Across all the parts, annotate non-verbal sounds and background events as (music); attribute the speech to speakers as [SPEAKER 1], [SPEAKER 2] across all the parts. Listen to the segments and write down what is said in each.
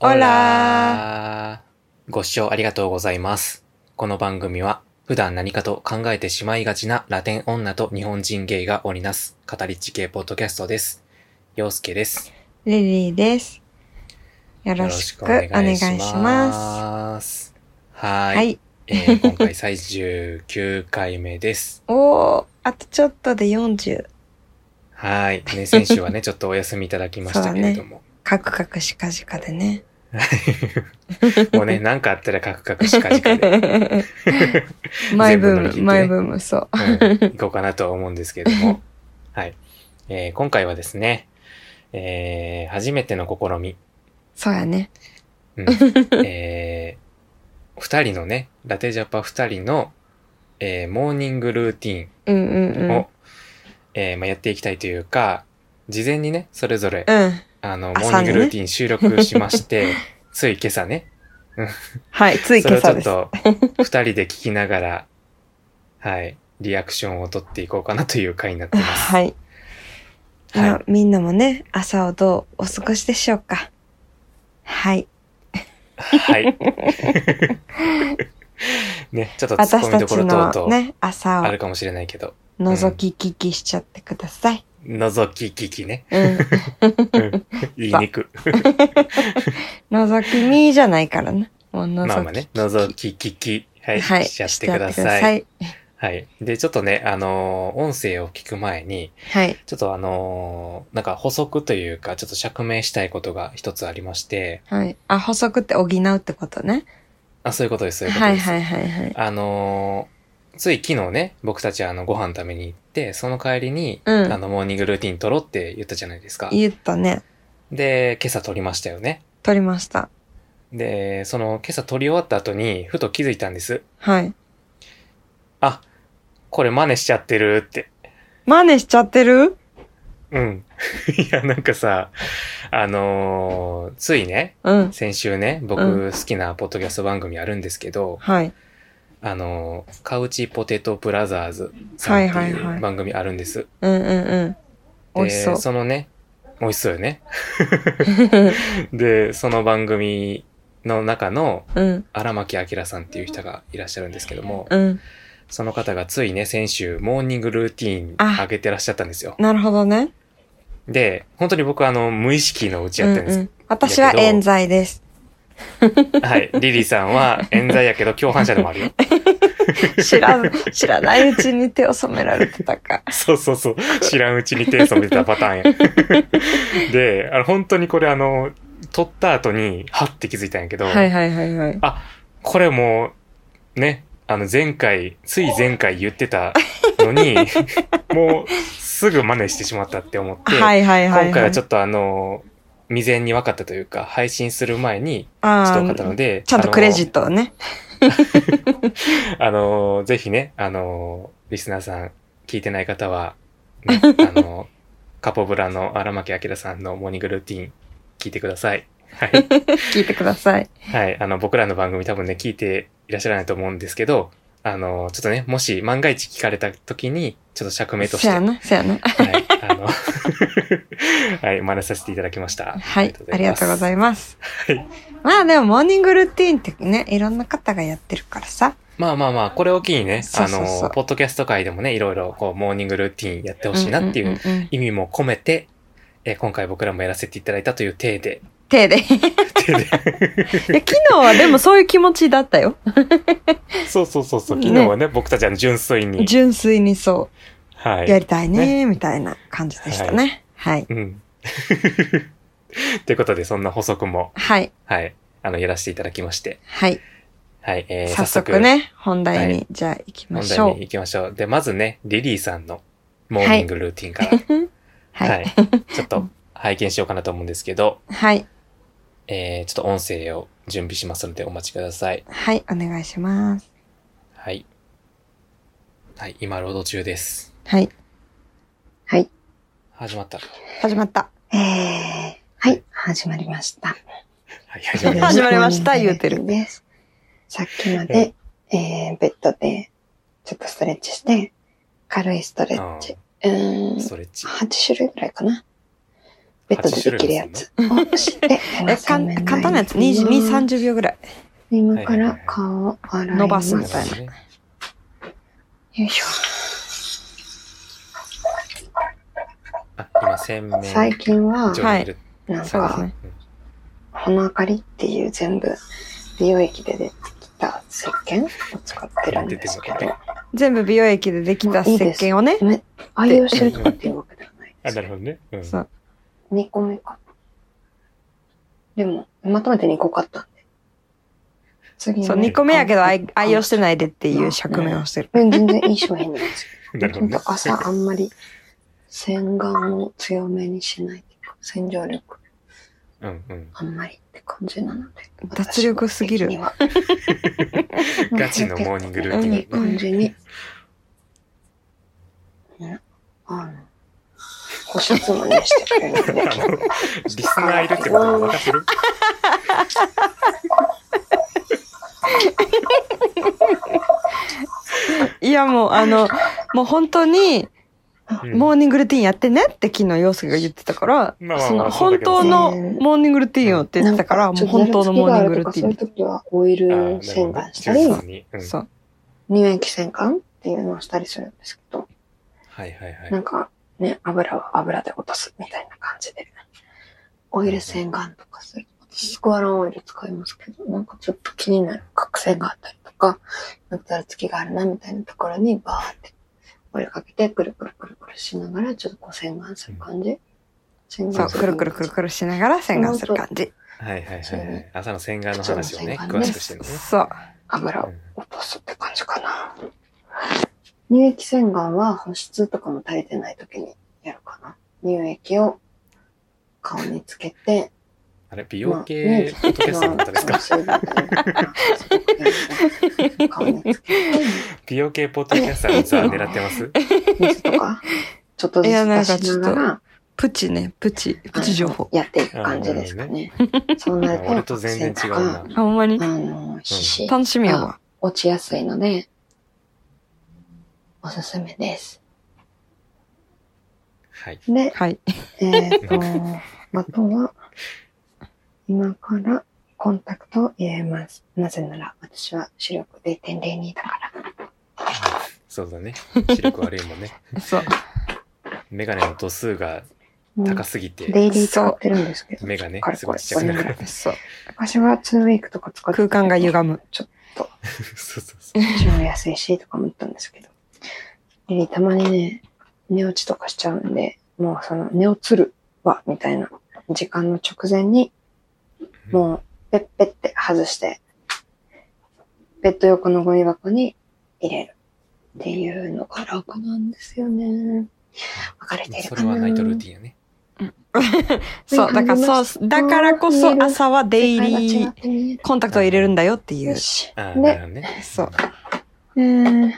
[SPEAKER 1] オラ
[SPEAKER 2] ご視聴ありがとうございます。この番組は、普段何かと考えてしまいがちなラテン女と日本人ゲイが織りなす、語り地系ポッドキャストです。洋介です。
[SPEAKER 1] リリーです。よろしくお願いします。
[SPEAKER 2] ます。は
[SPEAKER 1] は
[SPEAKER 2] ー
[SPEAKER 1] い。
[SPEAKER 2] い。えー今回最19回目です。
[SPEAKER 1] おー、あとちょっとで40。
[SPEAKER 2] はーい。ね、先週は
[SPEAKER 1] (laughs)
[SPEAKER 2] ね、ちょっとお休みいただきましたけれども。
[SPEAKER 1] カクカクシカシカ
[SPEAKER 2] (laughs)
[SPEAKER 1] でね。
[SPEAKER 2] もうね、なんかあったらカクカクしかじかで、
[SPEAKER 1] マイブ
[SPEAKER 2] 全部乗り切って
[SPEAKER 1] ー
[SPEAKER 2] ね
[SPEAKER 1] ム、マイブーム、そう。 (laughs)
[SPEAKER 2] うん、行こうかなとは思うんですけれども。はい。えー今回はですね、えー初めての試み。
[SPEAKER 1] そうやね。 (laughs)
[SPEAKER 2] うん。えー二人のね、ラテジャパ二人の、えーモーニングルーテ
[SPEAKER 1] うんうん
[SPEAKER 2] ィ
[SPEAKER 1] う
[SPEAKER 2] ン
[SPEAKER 1] ん。
[SPEAKER 2] を、えーまあ、やっていきたいというか、事前にね、それぞれ、
[SPEAKER 1] うん。
[SPEAKER 2] あの、モ
[SPEAKER 1] 朝
[SPEAKER 2] ーニ
[SPEAKER 1] ね
[SPEAKER 2] ングルーティン収録しま
[SPEAKER 1] (laughs)
[SPEAKER 2] して、つい今朝ね、
[SPEAKER 1] はい、つい
[SPEAKER 2] それ
[SPEAKER 1] 今
[SPEAKER 2] をち
[SPEAKER 1] 朝
[SPEAKER 2] ょっ
[SPEAKER 1] です。
[SPEAKER 2] と、二人で聞きながら、はい、リアクションを取っていこうかなという回になってます。
[SPEAKER 1] はい。
[SPEAKER 2] はい
[SPEAKER 1] まあみんなもね、朝をどうお過ごしでしょうか。はい。 (laughs)
[SPEAKER 2] はい。ね、ちょっと突っ
[SPEAKER 1] 私
[SPEAKER 2] 込み
[SPEAKER 1] た
[SPEAKER 2] どこ
[SPEAKER 1] ち
[SPEAKER 2] ろ等
[SPEAKER 1] の
[SPEAKER 2] 々
[SPEAKER 1] ね、朝
[SPEAKER 2] あ
[SPEAKER 1] を
[SPEAKER 2] るかもしれないけど、
[SPEAKER 1] 覗き聞きしちゃってください。
[SPEAKER 2] 覗き聞きね。 (laughs)
[SPEAKER 1] うん。
[SPEAKER 2] うん言いにく。
[SPEAKER 1] 覗き見じゃないからね。もう覗き。
[SPEAKER 2] まあまあね、覗き聞き、はい、
[SPEAKER 1] はい。
[SPEAKER 2] しちゃってくだ
[SPEAKER 1] しちゃっ
[SPEAKER 2] さ
[SPEAKER 1] て
[SPEAKER 2] い。
[SPEAKER 1] くい。
[SPEAKER 2] はい。で、ちょっとね、あのー音声を聞く前に、
[SPEAKER 1] はい。
[SPEAKER 2] ちょっとあのーなんか補足というか、ちょっと釈明したいことが一つありまして、
[SPEAKER 1] はい。あ、補足って補うってことね。
[SPEAKER 2] あ、そういうことです、そういうこと
[SPEAKER 1] は
[SPEAKER 2] で
[SPEAKER 1] い
[SPEAKER 2] す。
[SPEAKER 1] はいはいはい。
[SPEAKER 2] あのーつい昨日ね、僕たちあの、ご飯食べに行って、その帰りに、
[SPEAKER 1] うん
[SPEAKER 2] あの、モーニングルーティン撮ろうって言ったじゃないですか。
[SPEAKER 1] 言ったね。
[SPEAKER 2] で、今朝撮りましたよね。
[SPEAKER 1] 撮りました。
[SPEAKER 2] で、その、今朝撮り終わった後に、ふと気づいたんです。
[SPEAKER 1] はい。
[SPEAKER 2] あ、これ真似しちゃってるって。
[SPEAKER 1] 真似しちゃってる
[SPEAKER 2] うん。 (laughs) いや、なんかさ、あのーついね、
[SPEAKER 1] うん。
[SPEAKER 2] 先週ね、
[SPEAKER 1] う
[SPEAKER 2] 僕好きなポッドキャスト番組あるんですけど、
[SPEAKER 1] はい。
[SPEAKER 2] あのーカウチポテトブラザーズさんって
[SPEAKER 1] はい
[SPEAKER 2] い
[SPEAKER 1] はいはいう
[SPEAKER 2] 番組あるんです。
[SPEAKER 1] うんうんうん。美味しそう
[SPEAKER 2] で、。そのね、美味しそうよね。で、その番組の中の
[SPEAKER 1] (laughs) うん
[SPEAKER 2] 荒牧明さんっていう人がいらっしゃるんですけども、
[SPEAKER 1] うん。
[SPEAKER 2] その方がついね、先週、モーニングルーティーン
[SPEAKER 1] あ
[SPEAKER 2] 上げてらっしゃったんですよ。
[SPEAKER 1] なるほどね。
[SPEAKER 2] で、本当に僕あの、無意識のうち
[SPEAKER 1] う
[SPEAKER 2] やっ
[SPEAKER 1] ん
[SPEAKER 2] てるんです。
[SPEAKER 1] うん。私は冤罪です。
[SPEAKER 2] はい。リリーさんは冤罪やけど共犯者でもあ
[SPEAKER 1] (laughs)
[SPEAKER 2] るよ。
[SPEAKER 1] 知らん、知らないうちに手を染められてたか。
[SPEAKER 2] そうそうそう。知らんうちに手染めてたパターンや。
[SPEAKER 1] (laughs)
[SPEAKER 2] で、あの、本当にこれあの、撮った後に、はって気づいたんやけど、
[SPEAKER 1] はいはいはいはい。
[SPEAKER 2] あ、これもう、ね、あの前回、つい前回言ってたのに、
[SPEAKER 1] (laughs)
[SPEAKER 2] もうすぐ真似してしまったって思って、
[SPEAKER 1] (laughs) はいはいはい。
[SPEAKER 2] 今回はちょ
[SPEAKER 1] っ
[SPEAKER 2] っとあの、未然に分かったというか、配信する前に、ちょ
[SPEAKER 1] と、
[SPEAKER 2] っ
[SPEAKER 1] あ
[SPEAKER 2] と分かった
[SPEAKER 1] ー
[SPEAKER 2] ので、
[SPEAKER 1] ちゃんとクレジッ
[SPEAKER 2] ト。
[SPEAKER 1] トをね。
[SPEAKER 2] あの、ぜひね、あの、リスナーさん、聞いてない方は、
[SPEAKER 1] (laughs)
[SPEAKER 2] ね、あの、カポブラの荒牧明さんのモーニングルーティン、聞いてください。はい。
[SPEAKER 1] (laughs) 聞いてください。
[SPEAKER 2] はい、あの、僕らの番組多分ね、聞いていらっしゃらないと思うんですけど、あの、ちょっとね、もし万が一聞かれた時に、ちょっと釈明として、
[SPEAKER 1] そやな、そやな。
[SPEAKER 2] はい、あの、 (laughs) はい、真似させていただきました。
[SPEAKER 1] はい、ありがとうござ
[SPEAKER 2] い
[SPEAKER 1] います。
[SPEAKER 2] はい
[SPEAKER 1] まあでも、モーニングルーティーンってね、いろんな方がやってるからさ。
[SPEAKER 2] ます。まあまあまあ、これを機にね、
[SPEAKER 1] そうそうそう
[SPEAKER 2] あの、ポッドキャスト界でもね、いろいろ、こう、モーニングルーティンやってほしいなってい
[SPEAKER 1] ん
[SPEAKER 2] うん
[SPEAKER 1] んん
[SPEAKER 2] 意味も込めて、えー今回僕らもやらせていただいたという体
[SPEAKER 1] (laughs)
[SPEAKER 2] で、
[SPEAKER 1] 手で。い
[SPEAKER 2] 体で
[SPEAKER 1] や昨日はでもそういう気持ちだったよ。
[SPEAKER 2] そうそうそうそう、昨日はね、僕たちは純粋に、
[SPEAKER 1] 純粋にそ
[SPEAKER 2] は
[SPEAKER 1] う、
[SPEAKER 2] い。
[SPEAKER 1] やりたいね、みたいな感じでしたね。はい。
[SPEAKER 2] うん。ということで、そんな補足も、
[SPEAKER 1] はい。
[SPEAKER 2] はい、あの、やらせていただきまして。
[SPEAKER 1] はい。
[SPEAKER 2] はい、えー、
[SPEAKER 1] 早速、ね、本題に、じゃあ行きま
[SPEAKER 2] 問
[SPEAKER 1] し
[SPEAKER 2] 題
[SPEAKER 1] ょ
[SPEAKER 2] に
[SPEAKER 1] う。
[SPEAKER 2] 行きましょう。で、まずね、リリーさんのモーニングルーティンから、
[SPEAKER 1] (laughs) はい。はい。
[SPEAKER 2] ちょっと拝見しようかなと思うんですけど、
[SPEAKER 1] はい。
[SPEAKER 2] えー、ちょっと音声を準備しますのでお待ちください。
[SPEAKER 1] はい、お願いします。
[SPEAKER 2] はい。はい、今、労働中です。
[SPEAKER 1] はい。はい。
[SPEAKER 2] 始まった。は
[SPEAKER 1] 始まった。えー、はい、始まりました。
[SPEAKER 2] い、始まりまし
[SPEAKER 1] 始まりました言うてる
[SPEAKER 3] です。さっきまで、えー、ベッドで、ちょっとストレッチして、軽いストレ
[SPEAKER 2] た。う
[SPEAKER 3] ッチ
[SPEAKER 2] ん。
[SPEAKER 3] うーん、
[SPEAKER 2] ストレッチ。
[SPEAKER 3] 8種類ぐらいかな。ベッドでできるやつをして、
[SPEAKER 1] (laughs) え、かん簡単なやつ、22、30秒ぐらい。
[SPEAKER 3] 今から顔を洗います。
[SPEAKER 1] 伸ばす
[SPEAKER 2] そう
[SPEAKER 1] み
[SPEAKER 2] で
[SPEAKER 1] たいな
[SPEAKER 2] すね。
[SPEAKER 3] よいしょ。
[SPEAKER 2] あ、今、洗面。
[SPEAKER 3] 最近は、
[SPEAKER 1] ょはい
[SPEAKER 2] 上にる
[SPEAKER 3] なん
[SPEAKER 1] そうです
[SPEAKER 3] か、
[SPEAKER 1] ね。
[SPEAKER 3] この明かりっていう全部、美容液でできた石鹸を使ってるんですけど、
[SPEAKER 1] 全部美容液でできた石鹸をね。
[SPEAKER 3] め愛用してるとかっていうわけではないで
[SPEAKER 2] あ、
[SPEAKER 3] す
[SPEAKER 2] な。るほどね。うん。
[SPEAKER 1] そう
[SPEAKER 3] 2個目か。でも、まとめて2個買ったんで。次
[SPEAKER 1] そう、2個目やけど愛愛用
[SPEAKER 3] し
[SPEAKER 1] してないでっていう釈明をしてる。
[SPEAKER 3] 全然いい商品なんですよ
[SPEAKER 2] (laughs) なるほ
[SPEAKER 3] ち
[SPEAKER 2] ど
[SPEAKER 3] ょっ
[SPEAKER 2] ね
[SPEAKER 3] と。朝あんまり洗顔を強めにしないっていうか、洗浄力
[SPEAKER 2] うんうん。
[SPEAKER 3] あんまりって感じなので。
[SPEAKER 1] 脱力すぎる
[SPEAKER 3] 私的には
[SPEAKER 2] (laughs) ガチのモーニングルーテ
[SPEAKER 3] いい
[SPEAKER 2] ィン。
[SPEAKER 3] 感じに。ね、あの、保湿もね、してくれるんで。
[SPEAKER 2] あの、リスナーいるってことは分かってる
[SPEAKER 1] いやもうあの、もう本当
[SPEAKER 2] う
[SPEAKER 1] に、
[SPEAKER 2] ん
[SPEAKER 1] モーニングルーティンやってねって昨日陽介が言ってたから、
[SPEAKER 2] まあまあ
[SPEAKER 1] そ
[SPEAKER 2] ま
[SPEAKER 1] の
[SPEAKER 2] あそうだ
[SPEAKER 1] 本
[SPEAKER 2] けど
[SPEAKER 1] 当のモーニングルーティンをって言ってたから、もう本当のモーニングルーティ
[SPEAKER 3] そういう
[SPEAKER 1] ン。
[SPEAKER 3] 時はオイ
[SPEAKER 2] あ
[SPEAKER 3] ル
[SPEAKER 2] ーなる
[SPEAKER 3] 洗
[SPEAKER 2] ほど
[SPEAKER 3] 顔
[SPEAKER 2] ね
[SPEAKER 3] したり、
[SPEAKER 2] 忠実にうんは
[SPEAKER 1] そう。
[SPEAKER 3] 乳液洗顔っていうのをしたりするんですけど、
[SPEAKER 2] いはい
[SPEAKER 3] な
[SPEAKER 2] はい。
[SPEAKER 3] んかね、油は油で落とすみたいな感じで。オイル洗顔とかする。私、スクワランオイル使いますけど、なんかちょっと気になる角栓があったりとか、なんかざらつきがあるなみたいなところにバーってオイルかけて、くるくるくるくるしながら、ちょっとこう洗顔する感じ。洗
[SPEAKER 1] そ
[SPEAKER 3] 顔
[SPEAKER 1] う、
[SPEAKER 3] す
[SPEAKER 1] く
[SPEAKER 3] る
[SPEAKER 1] るくるくるくるしながら洗顔する感じ。
[SPEAKER 2] はいはいは
[SPEAKER 3] そう
[SPEAKER 2] いはい。朝の洗顔の
[SPEAKER 3] 普通の
[SPEAKER 2] 話をね、
[SPEAKER 3] 洗顔
[SPEAKER 2] 詳
[SPEAKER 3] ね
[SPEAKER 2] しくしてるのね。
[SPEAKER 1] そう。
[SPEAKER 3] 油を
[SPEAKER 2] うん
[SPEAKER 3] 落とすって感じかな。乳液洗顔は保湿とかも足りてない時にやるかな。乳液を顔につけて、
[SPEAKER 2] あれ、美容系ポッドキャストだったですか
[SPEAKER 3] そういうのとか顔につけて、
[SPEAKER 2] 美容系ポッドキャスターのツアー狙ってます
[SPEAKER 3] 水とか、ちょっと
[SPEAKER 1] (laughs)
[SPEAKER 3] ず
[SPEAKER 1] いやなん
[SPEAKER 3] つ
[SPEAKER 1] か
[SPEAKER 3] 出
[SPEAKER 1] ちょ
[SPEAKER 3] し
[SPEAKER 1] っと
[SPEAKER 3] ながら、
[SPEAKER 1] プチね、プチ、プチ情報
[SPEAKER 3] あ。のやっていく感じですかね。そうなると、
[SPEAKER 2] 俺と全然違うな
[SPEAKER 3] 角栓と。
[SPEAKER 1] あ、ほんまに
[SPEAKER 3] かあの、皮脂
[SPEAKER 1] 楽しみやわ。
[SPEAKER 3] 落ちやすいので、おすすめです。
[SPEAKER 2] はい。
[SPEAKER 3] で、
[SPEAKER 1] はい。
[SPEAKER 3] えっ、と、あとは、今からコンタクトを入れます。なぜなら、私は視力0.02だから。
[SPEAKER 2] そうだね。視力悪いもんね。
[SPEAKER 1] そう。
[SPEAKER 2] メガネの度数が
[SPEAKER 3] うん
[SPEAKER 2] 高すぎて、
[SPEAKER 3] デイリー使ってるんですけど、
[SPEAKER 2] 目がね
[SPEAKER 3] か、れ
[SPEAKER 2] す
[SPEAKER 3] こ
[SPEAKER 2] ごい
[SPEAKER 3] れ
[SPEAKER 2] ちっちゃくなるから。
[SPEAKER 1] そう。
[SPEAKER 3] 昔は2ウィークとか使って
[SPEAKER 1] 空間が歪む。
[SPEAKER 2] そうそうそう。
[SPEAKER 3] ちも安いし、とか思ったんですけど。リリーたまにね、寝落ちとかしちゃうんで、もうその、寝落ちるわ、みたいな時間の直前に、もう、ペッペッって外して、ベッド横のゴミ箱に入れるっていうのが楽なんですよね。わかる人いる
[SPEAKER 2] そ
[SPEAKER 3] かな
[SPEAKER 2] れはナイトルーティンやね。
[SPEAKER 1] そう、だからそう、だからこそ朝はデイリー
[SPEAKER 3] ー。
[SPEAKER 1] コンタクトを入れるんだよってい
[SPEAKER 3] よ
[SPEAKER 1] う。
[SPEAKER 3] し。
[SPEAKER 2] ああ、なる
[SPEAKER 3] で、
[SPEAKER 2] ほどね。
[SPEAKER 1] そう。
[SPEAKER 3] えー、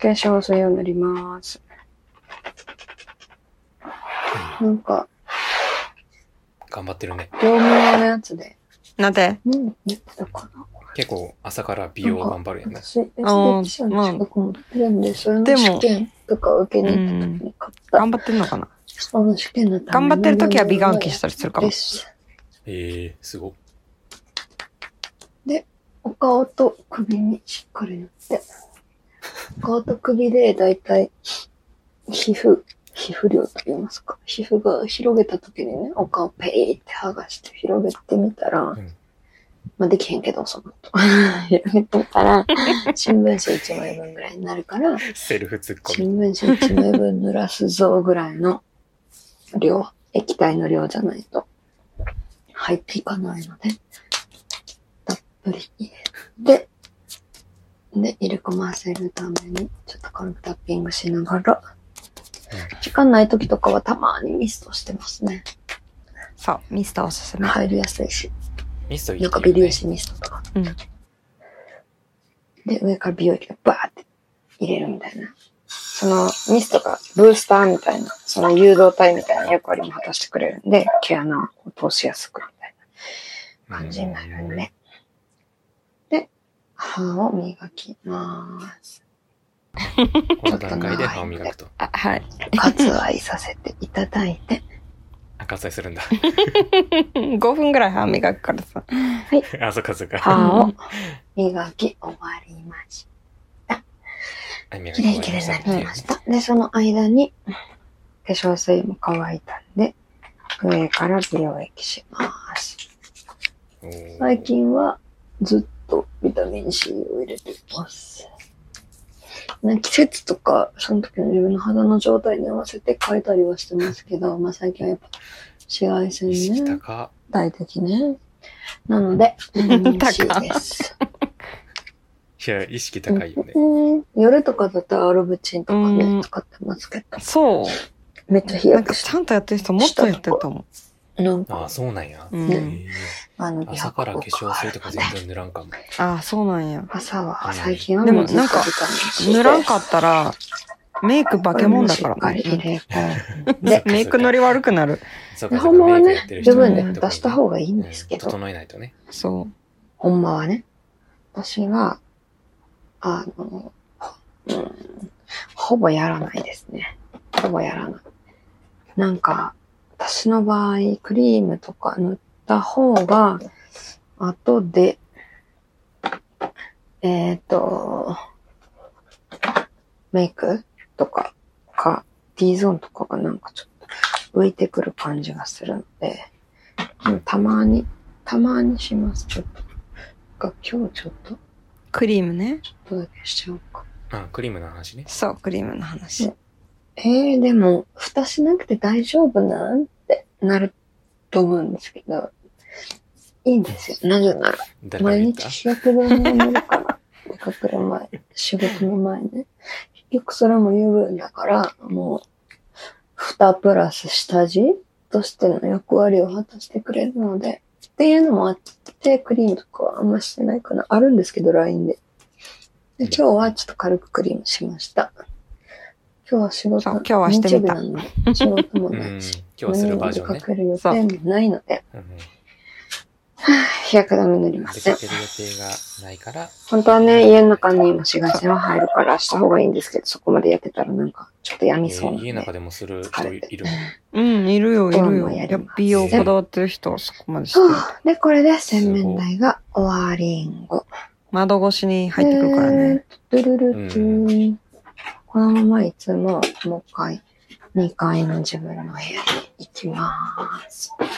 [SPEAKER 3] 化粧水を塗ります。なんか、
[SPEAKER 2] 頑張ってるね。
[SPEAKER 3] 業務用のやつで、
[SPEAKER 1] なんて
[SPEAKER 3] うん、塗ってたかな。
[SPEAKER 2] 結構朝から美容頑張るやんね。
[SPEAKER 3] 私、エステティシャンの資格持ってるんで、それの試験とか受けに行った時に買った。
[SPEAKER 1] 頑張ってんのかな
[SPEAKER 3] その試験のた
[SPEAKER 1] 頑
[SPEAKER 3] め
[SPEAKER 1] 張ってる時は美顔器したたりするかも
[SPEAKER 3] で。す。
[SPEAKER 2] ええすごっ。
[SPEAKER 3] お顔と首にしっかり塗って。お顔と首でだいたい皮膚、皮膚量と言いますか。皮膚が広げた時にね、お顔ペイって剥がして広げてみたら、
[SPEAKER 2] ん
[SPEAKER 3] まあできへんけど、その後。 (laughs) 広げてみたら、新聞紙1枚分ぐらいになるから、
[SPEAKER 2] セルフツッコミ。
[SPEAKER 3] 新聞紙1枚分濡らすぞぐらいの量、液体の量じゃないと入っていかないので、たっぷり入れて、で、入れ込ませるために、ちょっと軽くタッピングしながら、時間ない時とかはたまにミストしてますね。
[SPEAKER 1] そう、ミスターおすすめ。
[SPEAKER 3] 入りやすいし、
[SPEAKER 2] ミストいい
[SPEAKER 3] な
[SPEAKER 2] よ
[SPEAKER 3] ん
[SPEAKER 2] ね
[SPEAKER 3] か微粒子ミストとか。
[SPEAKER 1] うん
[SPEAKER 3] で、上から美容液をバーって入れるみたいな。そのミストがブースターみたいな、その誘導体みたいな役割も果たしてくれるんで、毛穴をこう通しやすくみたいな感じになるね。で、歯を磨きます。
[SPEAKER 2] この段階で歯を磨くと。
[SPEAKER 1] あ、はい。 (laughs)
[SPEAKER 3] 割愛させていただいて、
[SPEAKER 2] 割愛す
[SPEAKER 3] (laughs)
[SPEAKER 2] るんだ。
[SPEAKER 1] 5分ぐらい歯磨くからさ。
[SPEAKER 2] あ、そっかそっか。
[SPEAKER 3] 歯を磨き終わりまし
[SPEAKER 2] あ磨き
[SPEAKER 3] た。き
[SPEAKER 2] 終
[SPEAKER 3] れ
[SPEAKER 2] わ
[SPEAKER 3] いきれいにな
[SPEAKER 2] り
[SPEAKER 3] りました。で、その間に、化粧水も乾いたんで、上から美容液します。
[SPEAKER 2] ましたおー
[SPEAKER 3] 最近はずっとビタミン C を入れてます。ね、季節とか、その時の自分の肌の状態に合わせて変えたりはしてますけど、まあ最近はやっぱ紫外線
[SPEAKER 2] 意識
[SPEAKER 3] ね、
[SPEAKER 2] 高。
[SPEAKER 3] 大敵ね。なので、ビタミン C です。
[SPEAKER 2] いや、意識高いよね。
[SPEAKER 3] うん夜とかだったらアロブチンとか
[SPEAKER 1] う
[SPEAKER 3] ね
[SPEAKER 1] ん、
[SPEAKER 3] 使ってますけど、
[SPEAKER 1] そ
[SPEAKER 3] めっちゃ日
[SPEAKER 1] う。なん
[SPEAKER 3] 焼
[SPEAKER 1] か
[SPEAKER 3] けし
[SPEAKER 1] ちゃんとやってる人もっとやってると思
[SPEAKER 3] なん
[SPEAKER 2] あ
[SPEAKER 3] か
[SPEAKER 2] あ、、そうなんや。
[SPEAKER 1] う。う
[SPEAKER 2] へ
[SPEAKER 1] ん。
[SPEAKER 2] ー
[SPEAKER 3] あの、
[SPEAKER 2] 朝から化粧水とか全然塗らんかも。
[SPEAKER 1] ああ、そうなんや。
[SPEAKER 3] 朝は最近は
[SPEAKER 1] でも
[SPEAKER 3] うずっと
[SPEAKER 1] なんか
[SPEAKER 3] ビタミン C です
[SPEAKER 1] 塗らんかったら、メイク化け物だから。
[SPEAKER 3] これもしっかり入れ込んで
[SPEAKER 1] で、メイクノリ悪くなる。
[SPEAKER 2] そう
[SPEAKER 3] 日
[SPEAKER 2] か
[SPEAKER 3] 本語はね、
[SPEAKER 1] 人
[SPEAKER 3] 自
[SPEAKER 1] も
[SPEAKER 3] 分
[SPEAKER 1] ね
[SPEAKER 3] で出した方がいい
[SPEAKER 2] い
[SPEAKER 3] んですけど、
[SPEAKER 2] 整えないとね。
[SPEAKER 1] そ
[SPEAKER 3] ほんまはね。私は、あの、ほうん、ほぼやらないですね。ほぼやらない。なんか、私の場合、クリームとか塗った方が、後で、えっ、と、メイクとか、か、D ゾーンとかがなんかちょっと浮いてくる感じがするので、でもたまに、たまにします。ちょっと。が今日ちょっと、
[SPEAKER 1] う。クリームね。
[SPEAKER 3] ちょっとだけしちゃおうか。
[SPEAKER 2] あ、クリームの話ね。
[SPEAKER 1] そう、クリームの話。
[SPEAKER 3] えー、でも、蓋しなくて大丈夫なんってなると思うんですけど、いいんですよ。なぜなら、
[SPEAKER 2] 誰が
[SPEAKER 3] 毎
[SPEAKER 2] 言っ
[SPEAKER 3] 日
[SPEAKER 2] た
[SPEAKER 3] 日焼け止めを塗るから、出かける前、仕事の前ね。結局それも油分だから、もう、蓋プラス下地としての役割を果たしてくれるので、っていうのもあって、クリームとかはあんましてないかな。あるんですけど、LINE で。で今日はちょっと軽くクリームしました。今日は仕事、
[SPEAKER 1] そう今日はしてみた
[SPEAKER 3] 日曜日なので仕事も
[SPEAKER 2] うん。
[SPEAKER 3] ない
[SPEAKER 2] 今
[SPEAKER 3] し、
[SPEAKER 2] 日はするバージョン
[SPEAKER 3] 出
[SPEAKER 2] ね
[SPEAKER 3] か。ける予定もないので、
[SPEAKER 2] うん
[SPEAKER 3] 日焼け止め塗りま
[SPEAKER 2] 出
[SPEAKER 3] せん
[SPEAKER 2] か。ける予定がないから、
[SPEAKER 3] 本当はね、家の中にも紫外線は入るからした方がいいんですけど、そこまでやってたらなんか、ちょっとやみそう
[SPEAKER 2] えー
[SPEAKER 3] なん
[SPEAKER 2] 家
[SPEAKER 3] で。
[SPEAKER 2] の中でもする人いる。
[SPEAKER 1] うん、いるよ、い
[SPEAKER 3] どう
[SPEAKER 1] るよ。
[SPEAKER 3] もや
[SPEAKER 1] や
[SPEAKER 3] ります
[SPEAKER 1] っぱ美容こだわってる人はそこまでして
[SPEAKER 3] そ
[SPEAKER 1] る
[SPEAKER 3] う。で、これで洗面台が終わりんご。
[SPEAKER 1] 窓越しに入ってくるからね。
[SPEAKER 3] えー。ドゥルルル
[SPEAKER 2] う
[SPEAKER 3] ーンこのままいつも、もう一回、2階の自分の部屋に行きます。
[SPEAKER 2] うん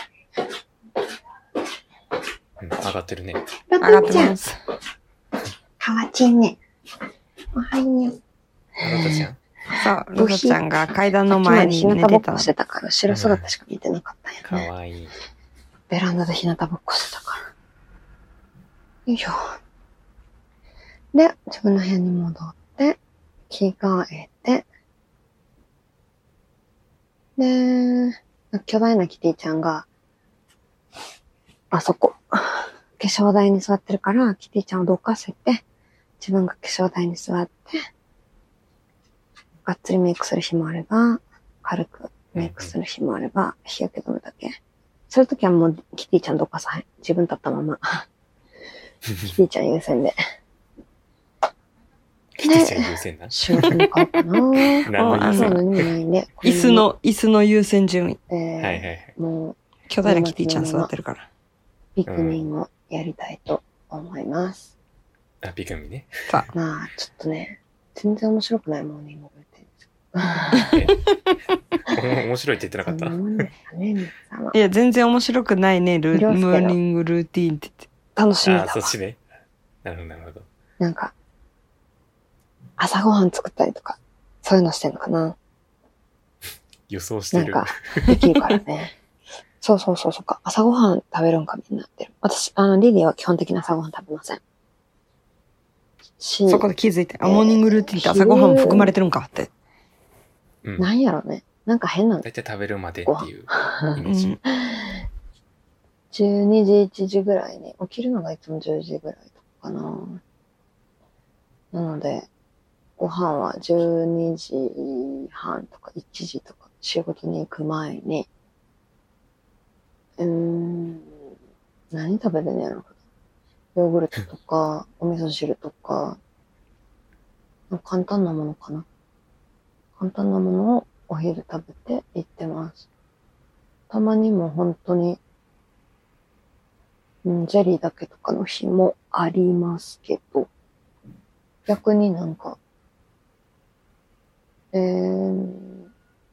[SPEAKER 2] 上がってるね。
[SPEAKER 3] ロ
[SPEAKER 1] 上が
[SPEAKER 3] ト
[SPEAKER 1] っ
[SPEAKER 3] ち
[SPEAKER 1] て
[SPEAKER 3] ゃん
[SPEAKER 1] ま、す。
[SPEAKER 3] かわちんね。おはよう。
[SPEAKER 2] あなたちゃん
[SPEAKER 1] さあ、ロサちゃんが階段の
[SPEAKER 3] 前
[SPEAKER 1] 前
[SPEAKER 3] に
[SPEAKER 1] に
[SPEAKER 3] 日向
[SPEAKER 1] 寝
[SPEAKER 3] ぼ
[SPEAKER 1] て
[SPEAKER 3] ったこし。てたから、後ろ姿しか見てなかったんやね。
[SPEAKER 2] かわいい。
[SPEAKER 3] ベランダで日向ぼっこしてたから。よいしょ。で、自分の部屋に戻って、着替えて、で、巨大なキティちゃんが、あそこ、化粧台に座ってるから、キティちゃんをどかせて、自分が化粧台に座って、がっつりメイクする日もあれば、軽くメイクする日もあれば、日焼け止めだけ。その時はもう、キティちゃんどかさへん。自分立ったまま。キティちゃん優先で。
[SPEAKER 2] キティちゃん優
[SPEAKER 3] (laughs)
[SPEAKER 2] 先な。
[SPEAKER 3] 仕事に変わったなぁ。
[SPEAKER 2] 何の優
[SPEAKER 3] (laughs) そう
[SPEAKER 2] 先
[SPEAKER 3] 何もないん (laughs) で。こ
[SPEAKER 1] 椅子の、椅子の優先順位。
[SPEAKER 3] まま。えー
[SPEAKER 2] はいはいはい。
[SPEAKER 3] もう、
[SPEAKER 1] 巨大なキティちゃん育ってるから。
[SPEAKER 3] ピクミンをやりたいと思います。
[SPEAKER 2] あ、ピクミンね。
[SPEAKER 3] まあ、ちょっとね、全然面白くないモーニングをやってるんです
[SPEAKER 2] お面白いって言ってな
[SPEAKER 3] け
[SPEAKER 2] かっ
[SPEAKER 3] ど。
[SPEAKER 2] た
[SPEAKER 3] (laughs) そんな。もんですかね、皆様
[SPEAKER 1] い。や、全然面白くないね、ル
[SPEAKER 3] います
[SPEAKER 1] ー、
[SPEAKER 3] けど
[SPEAKER 1] ムーニングルーティーンって言って。
[SPEAKER 3] 楽しみだ
[SPEAKER 2] あ、
[SPEAKER 3] わ
[SPEAKER 2] そっちね。なるほど、なるほど。
[SPEAKER 3] なんか、朝ごはん作ったりとか、そういうのしてんのかな。
[SPEAKER 2] 予想し
[SPEAKER 3] な
[SPEAKER 2] て
[SPEAKER 3] ん
[SPEAKER 2] る。
[SPEAKER 3] か、できるから
[SPEAKER 2] (laughs)
[SPEAKER 3] ね。そうそうそう、そうか。朝ごはん食べるんか、みんなってる。私、あの、リリーは基本的に朝ごはん食べません。し、
[SPEAKER 1] そこで気づいて、あ、
[SPEAKER 3] えー
[SPEAKER 1] モーニングルーティーンって朝ごはんも含まれてるんかって。
[SPEAKER 2] うん。
[SPEAKER 3] なんやろね。なんか変なの。
[SPEAKER 2] 大体食べるまでっていうイ
[SPEAKER 1] う
[SPEAKER 2] メージ
[SPEAKER 1] ん。。
[SPEAKER 3] 12時、1時ぐらいに起きるのがいつも10時ぐらいとかかな。なので、ご飯は12時半とか1時とか仕事に行く前に、うーん、何食べて
[SPEAKER 1] (laughs)
[SPEAKER 3] んねやろ。ヨーグルトとか、お味噌汁とか、簡単なものかな。簡単なものをお昼食べて行ってます。たまにもう本当に、うん、ジェリーだけとかの日もありますけど、逆になんか、えー、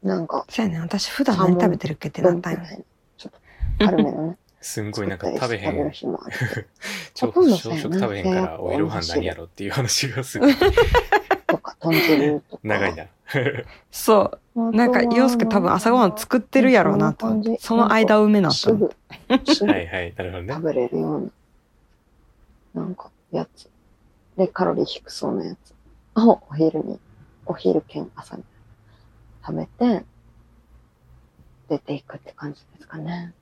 [SPEAKER 3] なんか、
[SPEAKER 1] そうやね。私普段何食べてるっけってなったんよね。
[SPEAKER 3] ちょっと、軽めのね。
[SPEAKER 2] すんごいなんか食べへ
[SPEAKER 3] 作ったりして食べる
[SPEAKER 2] ん、
[SPEAKER 3] 日もある。
[SPEAKER 2] 朝
[SPEAKER 3] ほとんどそう
[SPEAKER 2] 朝
[SPEAKER 3] やな
[SPEAKER 2] 食食べへんから、お昼ご飯何やろっていう話がす
[SPEAKER 1] (laughs)
[SPEAKER 2] ごい
[SPEAKER 3] とか、豚汁とか。
[SPEAKER 2] 長いな。
[SPEAKER 1] そ
[SPEAKER 3] あとは。
[SPEAKER 1] う。なんか、洋介多分朝ごはん作ってるやろうなと思って。その間を埋めな
[SPEAKER 3] す
[SPEAKER 1] と思って。
[SPEAKER 3] ぐ、すぐ
[SPEAKER 2] はいはい、なるほどね
[SPEAKER 3] 食。べれるような、なんか、やつ。で、カロリー低そうなやつをお昼に、お昼兼朝に食べて、出ていくって感じですかね。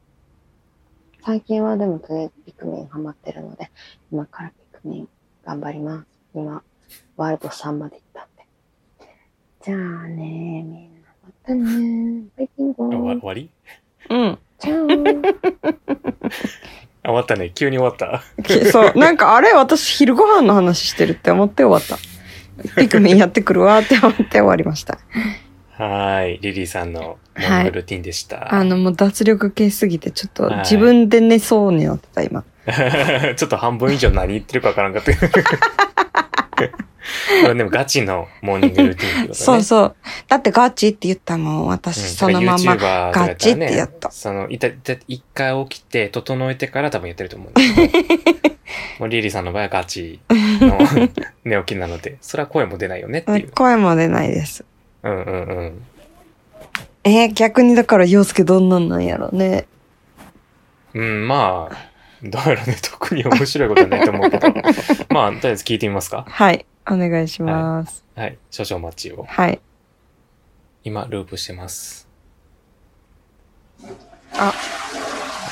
[SPEAKER 3] 最近はでもとりあえずピクミンハマってるので、今からピクミン頑張ります。今、ワールド3まで行ったんで。じゃあねみんな。またね北京
[SPEAKER 2] あ終わ
[SPEAKER 3] 語
[SPEAKER 2] 終。わり
[SPEAKER 1] うん。
[SPEAKER 3] じゃ
[SPEAKER 2] あ
[SPEAKER 3] あ。
[SPEAKER 2] 終わったね。急に終わった。
[SPEAKER 1] きそう。なんか、あれ私昼ご飯の話してるって思って終わった。ピクミンやってくるわって思って終わりました。
[SPEAKER 2] はーい。リリーさんのモーグルーティンでした。
[SPEAKER 1] あの、もう脱力系すぎて、ちょっと自分で寝そうになってた、今。
[SPEAKER 2] (laughs) ちょっと半分以上何言ってるかわからんか
[SPEAKER 1] (laughs)
[SPEAKER 2] った。これでもガチのモーニングルーティンってことね。
[SPEAKER 1] そうそう。だってガチって言ったもん、私そのまま。
[SPEAKER 2] ま
[SPEAKER 1] ガチってやった
[SPEAKER 2] その、いた、いた一回起きて、整えてから多分やってると思うんだけど。
[SPEAKER 4] (laughs)
[SPEAKER 2] もうリリーさんの場合はガチの (laughs) 寝起きなので、それは声も出ないよねっていう。
[SPEAKER 1] 声も出ないです。
[SPEAKER 2] うんうんうん。
[SPEAKER 1] えー逆にだから、洋介どんなんなんやろね。
[SPEAKER 2] うん、まあ、どうやらね、特に面白いことはないと思う
[SPEAKER 4] (laughs)
[SPEAKER 2] けど。まあ、とりあえず聞いてみますか。
[SPEAKER 1] はい。お願いします。
[SPEAKER 2] はい。少々お待ちを。
[SPEAKER 1] はい。
[SPEAKER 2] 今、ループしてます。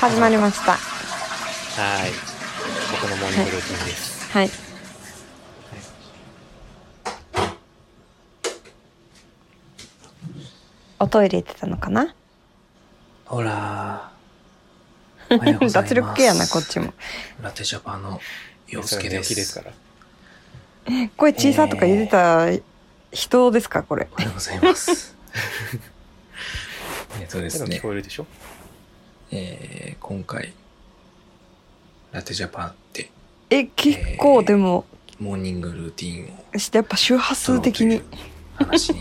[SPEAKER 1] 始まりました。
[SPEAKER 2] はい。僕のモーニングルーティンです。
[SPEAKER 1] はい。おトイレ行ってたのかな
[SPEAKER 2] ほら。
[SPEAKER 1] (laughs) 脱力系やな、こっちも。
[SPEAKER 4] ラテジャパンの洋
[SPEAKER 2] それ
[SPEAKER 4] 介
[SPEAKER 2] 寝
[SPEAKER 4] で
[SPEAKER 2] 起き
[SPEAKER 4] す。
[SPEAKER 2] ですから。
[SPEAKER 1] 声小さとか言ってた人ですか、これ。
[SPEAKER 4] おはようございます。えっとです
[SPEAKER 2] でも聞
[SPEAKER 4] ね、
[SPEAKER 2] こえるでしょ
[SPEAKER 4] えー今回、ラテジャパンって
[SPEAKER 1] え、結構でも、
[SPEAKER 4] モーニングルーティンを
[SPEAKER 1] やっぱ周波
[SPEAKER 4] 取
[SPEAKER 1] 数
[SPEAKER 4] ろうと
[SPEAKER 1] 的
[SPEAKER 4] い
[SPEAKER 1] に
[SPEAKER 4] う。話
[SPEAKER 1] (laughs)
[SPEAKER 4] に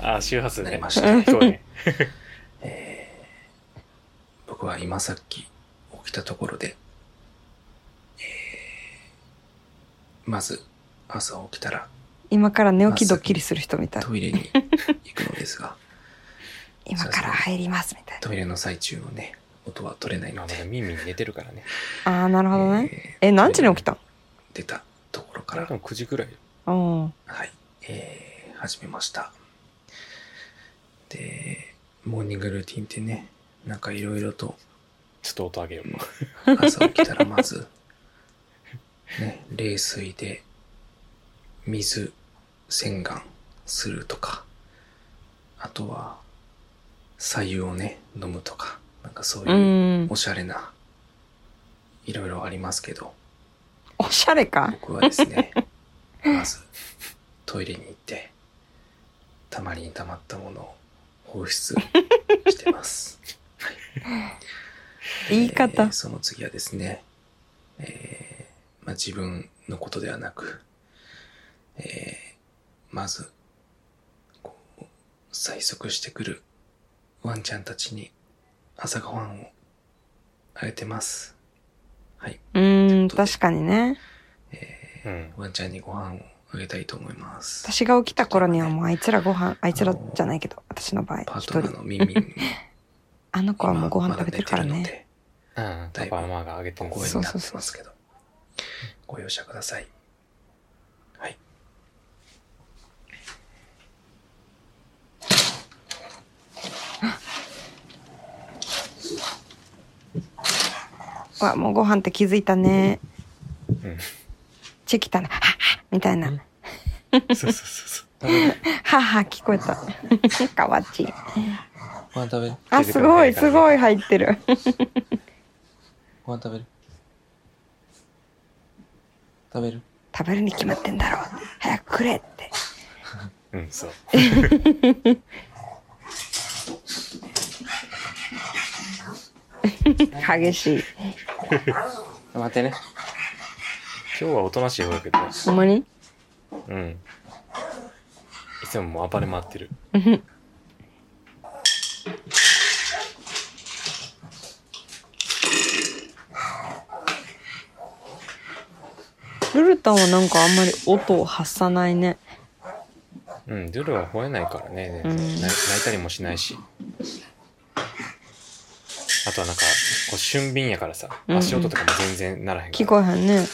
[SPEAKER 2] あー、周波数
[SPEAKER 4] な
[SPEAKER 2] ね
[SPEAKER 4] り。まし
[SPEAKER 1] う
[SPEAKER 4] た。
[SPEAKER 1] ん
[SPEAKER 2] そうね。
[SPEAKER 4] えー僕は今さっき起きたところで、えーまず朝起きたら
[SPEAKER 1] 今から寝起きドッキリする人みたい。
[SPEAKER 4] トイレに行くのですが、
[SPEAKER 1] 今から入りますみたい
[SPEAKER 4] トイレの最中のね、音は取れない
[SPEAKER 2] 今
[SPEAKER 4] の
[SPEAKER 2] ま
[SPEAKER 4] で
[SPEAKER 2] だ、ミンミン寝てるからね。
[SPEAKER 1] な。ああー、なるほどね。
[SPEAKER 4] えー
[SPEAKER 1] え、何時に起きた
[SPEAKER 4] 出たところ
[SPEAKER 2] こ
[SPEAKER 4] か
[SPEAKER 2] れ
[SPEAKER 4] ら
[SPEAKER 2] で、も9時くらいよ。
[SPEAKER 1] の
[SPEAKER 4] はい、えー始めました。で、モーニングルーティンってね、なんかいろいろと
[SPEAKER 2] ちょっと音上げよう。
[SPEAKER 4] 朝起
[SPEAKER 1] (laughs)
[SPEAKER 4] きたらまず、ね、冷水で水洗顔するとか、あとは、左右をね、飲むとか、なんかそう
[SPEAKER 1] う。
[SPEAKER 4] いうん
[SPEAKER 1] うん
[SPEAKER 4] お。しゃれな、いろいろありますけど、
[SPEAKER 1] おしゃれか。
[SPEAKER 4] 僕はですねまずトイレに行ってたまりにたまったものを放出してます、
[SPEAKER 1] (laughs) 言い
[SPEAKER 4] え
[SPEAKER 1] 方
[SPEAKER 4] ー。その次はですね、えーまあ、自分のことではなく、えーまずこう催促してくるワンちゃんたちに朝ごはんをあげてますはい、
[SPEAKER 1] うん、確かにね。
[SPEAKER 4] えー
[SPEAKER 2] うん。
[SPEAKER 4] ワンちゃんにご飯をあげたいと思います。
[SPEAKER 1] 私が起きた頃にはもうあいつらご飯、あいつらじゃないけど、私の場合、
[SPEAKER 4] パー
[SPEAKER 1] 一
[SPEAKER 4] トナー
[SPEAKER 1] 人。
[SPEAKER 4] の
[SPEAKER 1] (laughs)
[SPEAKER 4] ミンミンも
[SPEAKER 1] あの子はもうご
[SPEAKER 4] 今
[SPEAKER 1] 飯食べてるから
[SPEAKER 4] まだ寝
[SPEAKER 1] ね。
[SPEAKER 4] て
[SPEAKER 2] うん。パパママが上げて
[SPEAKER 4] るの
[SPEAKER 2] る
[SPEAKER 4] で、お
[SPEAKER 2] んですよ
[SPEAKER 1] そう
[SPEAKER 4] 声になってますけど、ご容赦ください。はい。
[SPEAKER 1] わ、もうご飯って気づいたね。
[SPEAKER 2] うん
[SPEAKER 1] チェキたな。はっはっみたいな。
[SPEAKER 2] う
[SPEAKER 1] は
[SPEAKER 2] ん
[SPEAKER 1] っ
[SPEAKER 2] そうそうそうそう。
[SPEAKER 1] はっ聞こえた。 (laughs) かわちい。
[SPEAKER 4] ご飯食べる
[SPEAKER 1] あ、すごい、すごい入ってる。
[SPEAKER 4] ご飯食べる食べる
[SPEAKER 1] 食べるに決まってんだろう。早くくれって。
[SPEAKER 2] うん、そう。
[SPEAKER 1] 激しい。
[SPEAKER 4] 待ってね。
[SPEAKER 2] 今日はおとなしい方だけど、
[SPEAKER 1] ほんまに
[SPEAKER 2] うん。いつももう暴れ回ってる。
[SPEAKER 1] ルルタンはなんかあんまり音を発さないね。
[SPEAKER 2] うん、ドゥルは吠えないからね、
[SPEAKER 1] うん
[SPEAKER 2] 泣い泣いたりもしないし。あとはなんか、こう、俊敏やからさ、
[SPEAKER 1] うんうん
[SPEAKER 2] 足音とかも全然ならへんか
[SPEAKER 1] 聞
[SPEAKER 2] ら。
[SPEAKER 1] こえへんね。
[SPEAKER 2] うん。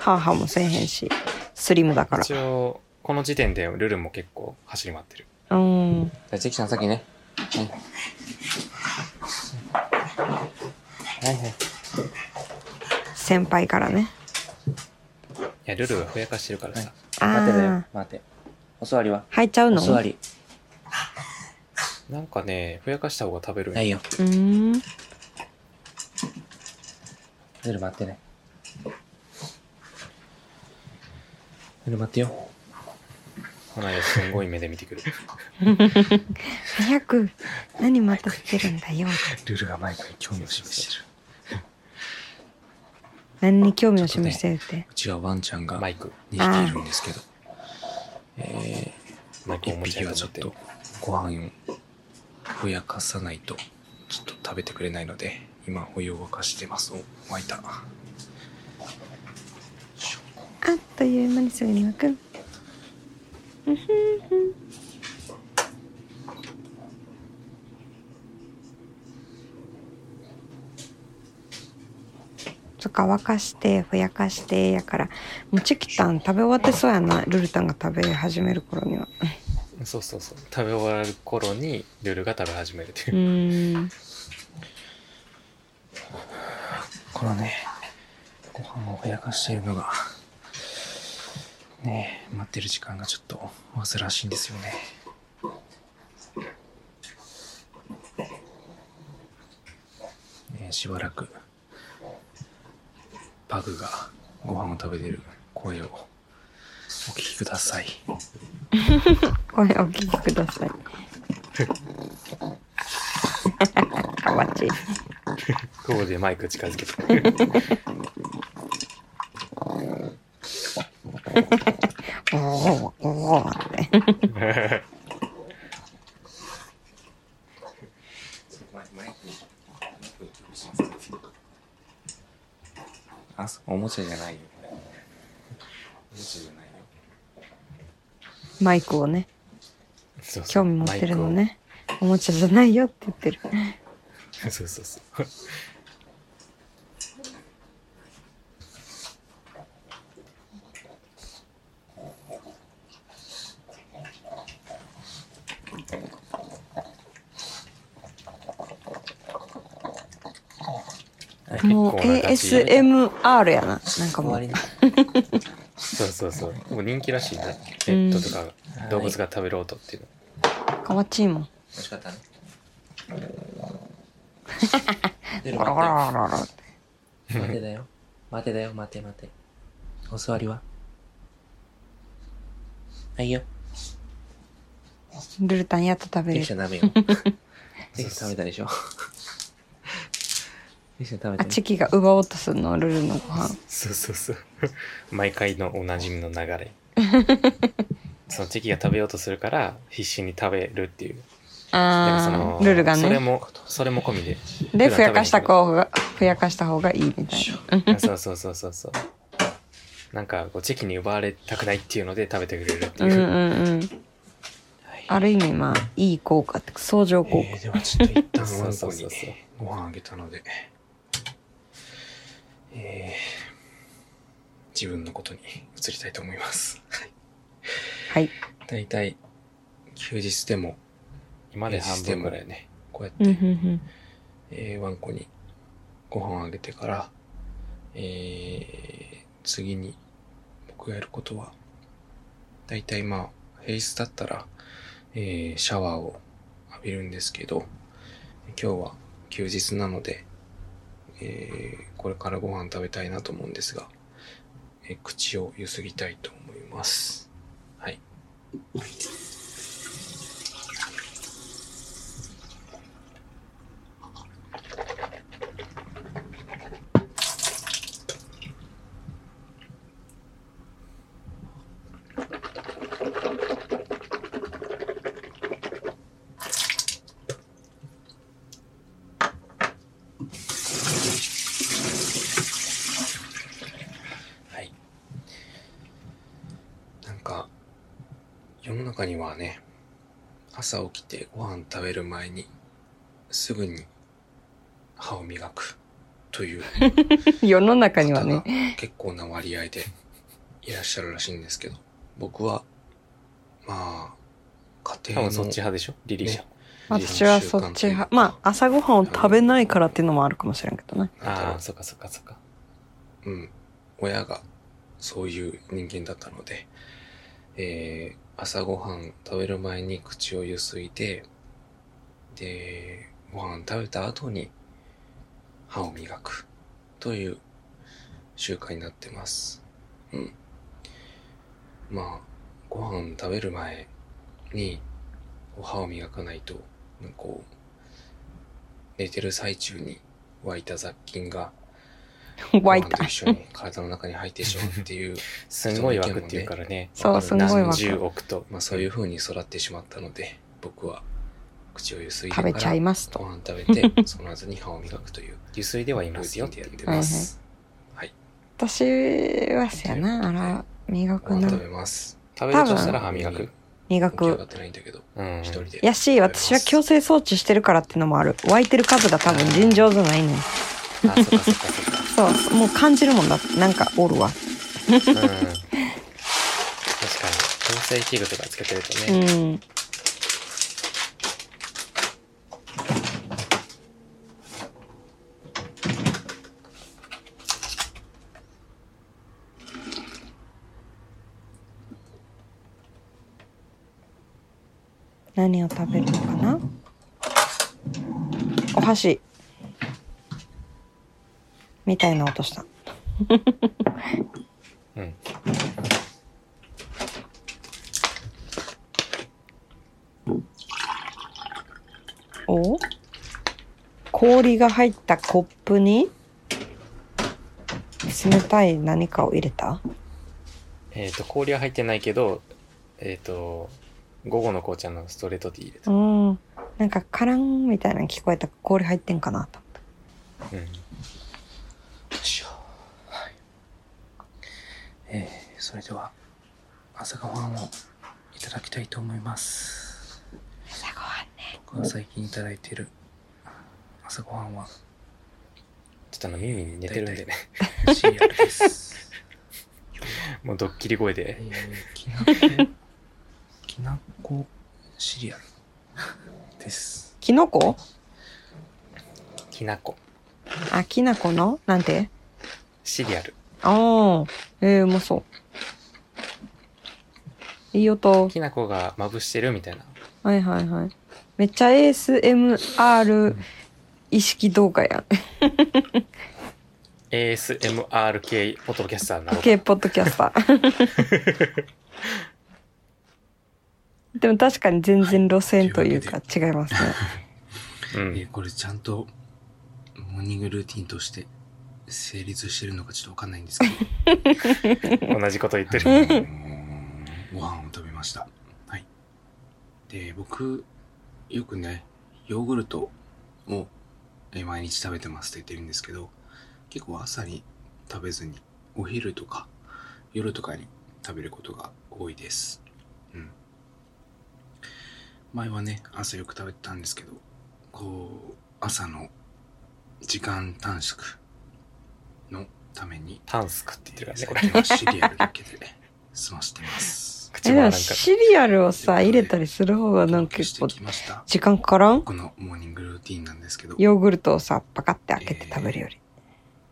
[SPEAKER 1] ハーハーもせえへんし。スリムだから
[SPEAKER 2] 一。応、この時点でルルも結構走り回ってる。
[SPEAKER 1] うん。
[SPEAKER 4] じゃあ、チキさん先ね。はい。はいはい。
[SPEAKER 1] 先輩からね。
[SPEAKER 2] いや、ルルはふやかしてるからさ。
[SPEAKER 1] あ
[SPEAKER 4] 待てだよ
[SPEAKER 1] ー。。
[SPEAKER 4] 待て。お座りは
[SPEAKER 1] 入っちゃう
[SPEAKER 4] お
[SPEAKER 1] の
[SPEAKER 4] 座
[SPEAKER 1] う
[SPEAKER 4] り。
[SPEAKER 2] なんかね、ふやかした方が食べるんよ
[SPEAKER 4] ないよ。
[SPEAKER 1] ーん。
[SPEAKER 4] ぬるまってね。ぬるまってよ。
[SPEAKER 2] この間すんごい目で見てくる。
[SPEAKER 1] 早く。何待たせてるんだよ。
[SPEAKER 4] ルルがマイクに興味を示してる。
[SPEAKER 1] 何に興味を示してるって。
[SPEAKER 4] うちはワンちゃんが
[SPEAKER 2] マ
[SPEAKER 4] 2
[SPEAKER 2] イク。
[SPEAKER 4] 匹いるんですけど、え
[SPEAKER 2] マイク
[SPEAKER 4] ー、
[SPEAKER 2] お
[SPEAKER 4] 1
[SPEAKER 2] もちゃ
[SPEAKER 4] 匹
[SPEAKER 2] や
[SPEAKER 4] は
[SPEAKER 2] と
[SPEAKER 4] ちょ
[SPEAKER 2] 思
[SPEAKER 4] っ
[SPEAKER 2] って
[SPEAKER 4] と。ご飯をふやかさないとちょっと食べてくれないので、今お湯を沸かしてます。お、沸いた。
[SPEAKER 1] あっという間にすぐに巻く。うふんふんそっか沸かしてふやかしてやからもうチキタン食べ終わってそうやなルルタンが食べ始める頃には
[SPEAKER 2] そうそうそう。食べ終わる頃にルルが食べ始めるって
[SPEAKER 1] う (laughs)
[SPEAKER 2] いう。
[SPEAKER 1] ーん
[SPEAKER 4] このね、ご飯をふやかしているのが、ねえ、待ってる時間がちょっと煩わしいんですよね。ねえ、しばらく、バグがご飯を食べてる声をお聞きください。
[SPEAKER 1] これお聞きくださ (laughs) いかわちい
[SPEAKER 2] ここでマイク近づけて。
[SPEAKER 1] おーおーって
[SPEAKER 4] あ、おもちゃじゃないよ。おもちゃじゃないよ。
[SPEAKER 1] マイクをね
[SPEAKER 2] そうそう
[SPEAKER 1] 興味持ってるの。ねおもちゃじゃないよって言ってる
[SPEAKER 2] マイクをそうそうそう。結構な感
[SPEAKER 1] もう
[SPEAKER 2] じ
[SPEAKER 1] ASMR やななんか
[SPEAKER 4] 終
[SPEAKER 1] も
[SPEAKER 4] わ
[SPEAKER 1] う
[SPEAKER 4] りね。
[SPEAKER 2] そうそうそう。もう人気らしいね。ペットとか
[SPEAKER 4] うん
[SPEAKER 2] 動物が食べる音っていうの。
[SPEAKER 1] かわちいもん
[SPEAKER 4] 美味しか (laughs) ったね。
[SPEAKER 1] ゴロゴロゴロゴロって
[SPEAKER 4] 待てだよ。待てだよ、待て待て。お座りははいよ。
[SPEAKER 1] ルルタンやっと食べ
[SPEAKER 4] で
[SPEAKER 1] れ
[SPEAKER 4] きちゃ
[SPEAKER 1] る
[SPEAKER 4] ダ
[SPEAKER 1] (laughs)
[SPEAKER 4] メよ。できちゃ食べたでしょ。 (laughs) できちゃ食べ
[SPEAKER 1] あ
[SPEAKER 4] た
[SPEAKER 1] チ
[SPEAKER 4] ね。
[SPEAKER 1] キが奪おうとするのルルのご飯
[SPEAKER 2] そうそうそう。毎回のおなじみの流
[SPEAKER 1] (laughs)
[SPEAKER 2] れ。そのチキが食べようとするから必死に食べるっていう。なんかそ
[SPEAKER 1] あ
[SPEAKER 2] の
[SPEAKER 1] ールルが
[SPEAKER 2] それ
[SPEAKER 1] ね
[SPEAKER 2] も、それも込みで。
[SPEAKER 1] で
[SPEAKER 2] 普段食べへんけど
[SPEAKER 1] ふやかした方がふやかした方がいいみたい
[SPEAKER 2] あそうそうそうそうそう。なんかこうチキに奪われたくないっていうので食べてくれるって
[SPEAKER 1] な
[SPEAKER 2] いうう。
[SPEAKER 1] んうんうんある意味まあいい効果ってか相乗効果
[SPEAKER 4] えー、ではちょっと一旦
[SPEAKER 2] そう
[SPEAKER 4] (laughs) ワン
[SPEAKER 2] そ
[SPEAKER 4] コ
[SPEAKER 2] うそう
[SPEAKER 4] に
[SPEAKER 2] そう
[SPEAKER 4] ご飯あげたので、えー、自分のことに移りたいと思います。はい
[SPEAKER 1] はい
[SPEAKER 4] 大体、休日でも
[SPEAKER 2] 今で半分ぐらいね。
[SPEAKER 4] こうやって
[SPEAKER 1] うんうん
[SPEAKER 4] えーワンコにご飯あげてから、えー次に僕がやることは、だいたいまあ、平日だったら、えーシャワーを浴びるんですけど、今日は休日なので、えーこれからご飯食べたいなと思うんですが、えー口をゆすぎたいと思います。はい。はい。なんか、世の中にはね、朝起きてご飯食べる前に、すぐに歯を磨くという
[SPEAKER 1] 世の中には
[SPEAKER 4] 方
[SPEAKER 1] ね
[SPEAKER 4] が。結構な割合でいらっしゃるらしいんですけど、僕は、まあ、家
[SPEAKER 2] 多
[SPEAKER 4] 庭の
[SPEAKER 2] 分そっち派でしょリリーちゃん。
[SPEAKER 1] 私はそっち派。まあ、朝ごはんを食べないからっていうのもあるかもしれんけどね。
[SPEAKER 4] なんだろ
[SPEAKER 2] あ
[SPEAKER 4] う
[SPEAKER 2] あ、そっかそっかそっか。
[SPEAKER 4] うん、親がそういう人間だったので、えー朝ごはん食べる前に口をゆすいで、で、ご飯食べた後に歯を磨くという習慣になってます。うん。まあ、ご飯食べる前にこう歯を磨かないと、なんかこう、寝てる最中に湧いた雑菌が
[SPEAKER 1] (laughs) 湧い
[SPEAKER 4] ご飯と
[SPEAKER 1] た。
[SPEAKER 4] 一緒に体の中に入ってしまうっ
[SPEAKER 1] (laughs)
[SPEAKER 4] ていう、
[SPEAKER 2] すんごい枠っていうからね。
[SPEAKER 1] そう
[SPEAKER 2] わかる
[SPEAKER 1] すんごい
[SPEAKER 2] 何
[SPEAKER 1] 枠
[SPEAKER 2] 十億と。
[SPEAKER 4] まあそういう風に育ってしまったので、僕は口をゆすいでか
[SPEAKER 1] 食
[SPEAKER 4] ら
[SPEAKER 1] べちゃいます
[SPEAKER 4] ご
[SPEAKER 1] と。
[SPEAKER 4] 飯食
[SPEAKER 1] (laughs)
[SPEAKER 4] べて、その後に歯を磨くという
[SPEAKER 2] ゆすいではい
[SPEAKER 4] ル
[SPEAKER 2] ま
[SPEAKER 4] ー
[SPEAKER 2] す
[SPEAKER 4] ティ
[SPEAKER 2] よっ
[SPEAKER 4] ン
[SPEAKER 2] て
[SPEAKER 4] で
[SPEAKER 2] い
[SPEAKER 4] や
[SPEAKER 2] う。
[SPEAKER 4] って
[SPEAKER 1] はいはい
[SPEAKER 4] ます。はい。
[SPEAKER 1] 私はせやな、あら、磨く
[SPEAKER 4] ご飯
[SPEAKER 1] な
[SPEAKER 4] 食。べます。
[SPEAKER 2] 食べるとしたら歯磨く。
[SPEAKER 1] 磨
[SPEAKER 4] 起き上が
[SPEAKER 1] く。
[SPEAKER 4] ってないんだけど、
[SPEAKER 2] うん。
[SPEAKER 4] 一人で。
[SPEAKER 1] やし、私は強制装置してるからっていうのもある。湧いてる数が多分尋常じゃないねん。
[SPEAKER 2] あ、そっかそっかそっか。
[SPEAKER 1] そう、もう感じるもんだって。なんかおるわ。
[SPEAKER 2] (laughs) うん確かに。調整器具とかつけてると
[SPEAKER 1] う
[SPEAKER 2] ね、
[SPEAKER 1] ん。何を食べるのかなお箸みたいな音した。
[SPEAKER 2] うん。
[SPEAKER 1] お氷が入ったコップに冷たい何かを入れた
[SPEAKER 2] えっと、氷は入ってないけど、えっと、午後の紅茶のストレートティー入れた。
[SPEAKER 1] うん。なんかカランみたいなの聞こえた氷入ってんかなと思った。
[SPEAKER 2] うん。
[SPEAKER 4] よいしょはい。えー、それでは、朝ごはんをいただきたいと思います。
[SPEAKER 1] 朝ごはんね。
[SPEAKER 4] 僕は最近いただいている朝ごはんは、
[SPEAKER 2] ちょっとあの耳に寝てるんでね、
[SPEAKER 4] シリア
[SPEAKER 1] (laughs)
[SPEAKER 4] ルです。
[SPEAKER 2] (laughs) もうドッキリ声
[SPEAKER 4] え
[SPEAKER 2] で。
[SPEAKER 4] ーきなこ、きなこシリアルです。
[SPEAKER 1] きのこ
[SPEAKER 2] きなこ。
[SPEAKER 1] あ、きなこのなんて
[SPEAKER 2] シリアル。
[SPEAKER 1] ああ。えー、うまそう。いい音。
[SPEAKER 2] きなこがまぶしてるみたいな。
[SPEAKER 1] はいはいはい。めっちゃ ASMR 意識動画やん。
[SPEAKER 2] ASMR 系ポッドキャスターなの
[SPEAKER 1] K ポッドキャスター。でも確かに全然路線というか違いますね。
[SPEAKER 2] う
[SPEAKER 4] え
[SPEAKER 2] ん。
[SPEAKER 4] ーこれちゃんと、モーニングルーティンとして成立してるのかちょっとわかんないんですけど。
[SPEAKER 2] 同じこと言って
[SPEAKER 4] あの
[SPEAKER 2] る。
[SPEAKER 4] ーご飯を食べました。はい。で、僕、よくね、ヨーグルトをえー毎日食べてますって言ってるんですけど、結構朝に食べずに、お昼とか夜とかに食べることが多いです。うん。前はね、朝よく食べてたんですけど、こう、朝の時間短縮のために
[SPEAKER 2] タンスクって言ってるからね、これ。
[SPEAKER 4] 最近はシリアルだけで済ましてます。
[SPEAKER 1] え
[SPEAKER 2] 口
[SPEAKER 1] で
[SPEAKER 2] もな
[SPEAKER 1] も
[SPEAKER 2] んか
[SPEAKER 1] シリアルをさ、入れたりする方がなんか結
[SPEAKER 4] して
[SPEAKER 1] 構
[SPEAKER 4] きました。
[SPEAKER 1] 時間かからん
[SPEAKER 4] このモーニングルーティンなんですけど、
[SPEAKER 1] ヨーグルトをさ、パカって開けて食べるより。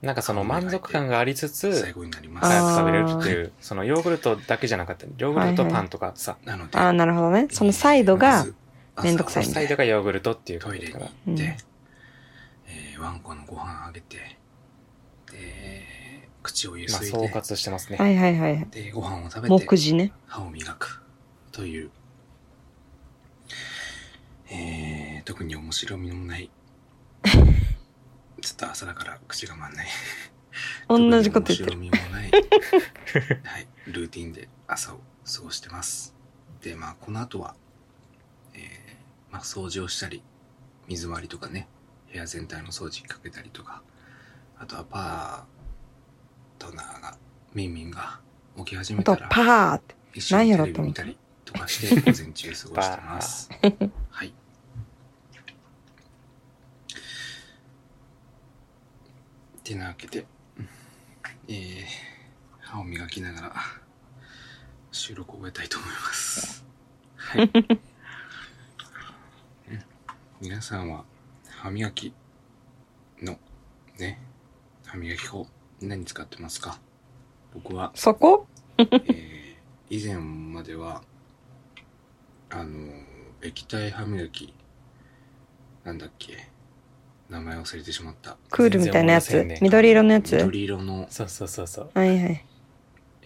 [SPEAKER 2] なんかその満足感がありつ
[SPEAKER 4] 最
[SPEAKER 2] つ、
[SPEAKER 4] 後になりま
[SPEAKER 2] 早く
[SPEAKER 4] す。
[SPEAKER 2] 食べれるっていう、そのヨーグルトだけじゃなかった。ヨーグルトとパンとかさ、
[SPEAKER 4] なので、
[SPEAKER 1] ああ、なるほどね。そのサイド
[SPEAKER 4] ま
[SPEAKER 1] が、
[SPEAKER 4] ず
[SPEAKER 1] めんどくさいみ
[SPEAKER 2] サ
[SPEAKER 1] たい
[SPEAKER 2] イドがヨーグルトっていう
[SPEAKER 4] トイレに
[SPEAKER 2] か
[SPEAKER 4] 行
[SPEAKER 2] ら
[SPEAKER 4] っ。て、
[SPEAKER 1] うん
[SPEAKER 4] えーワンコのご飯あげて、で、口をゆ
[SPEAKER 2] まあ、
[SPEAKER 4] すい
[SPEAKER 2] 総
[SPEAKER 4] で、
[SPEAKER 2] 括してますね。
[SPEAKER 1] はいはいはい。
[SPEAKER 4] で、ご飯を食べ
[SPEAKER 1] 目
[SPEAKER 4] て、
[SPEAKER 1] 次ね。
[SPEAKER 4] 歯を磨くという、えー、特に面白みのない、ちょっと朝だから口が回んない。
[SPEAKER 1] 同じこと言ってる。
[SPEAKER 4] 特に面白みもない、はい、ルーティンで朝を過ごしてます。で、まあ、この後は、えー、まあ、掃除をしたり、水回りとかね、部屋全体の掃除かけたりとか、あとはパートナーが、ミンミンが起き始
[SPEAKER 1] あ
[SPEAKER 4] めた
[SPEAKER 1] と
[SPEAKER 4] ら、
[SPEAKER 1] パーって。
[SPEAKER 4] 一緒にテレビ見たりとかして午前中過ごしてます。はい。てなわけで、えー、歯を磨きながら収録を終えたいと思います。はい。うん皆さんは歯磨きのね、歯磨き粉何使ってますか僕は
[SPEAKER 1] そこ
[SPEAKER 4] えー以前までは、あのー、液体歯磨き、なんだっけ、名前忘れてしまった。
[SPEAKER 1] クールみたいなや
[SPEAKER 2] 全
[SPEAKER 1] つ
[SPEAKER 2] 然思いませんね
[SPEAKER 1] 緑色のやつ
[SPEAKER 4] 緑色の、
[SPEAKER 2] そうそうそうそう。
[SPEAKER 1] はいはい。
[SPEAKER 4] え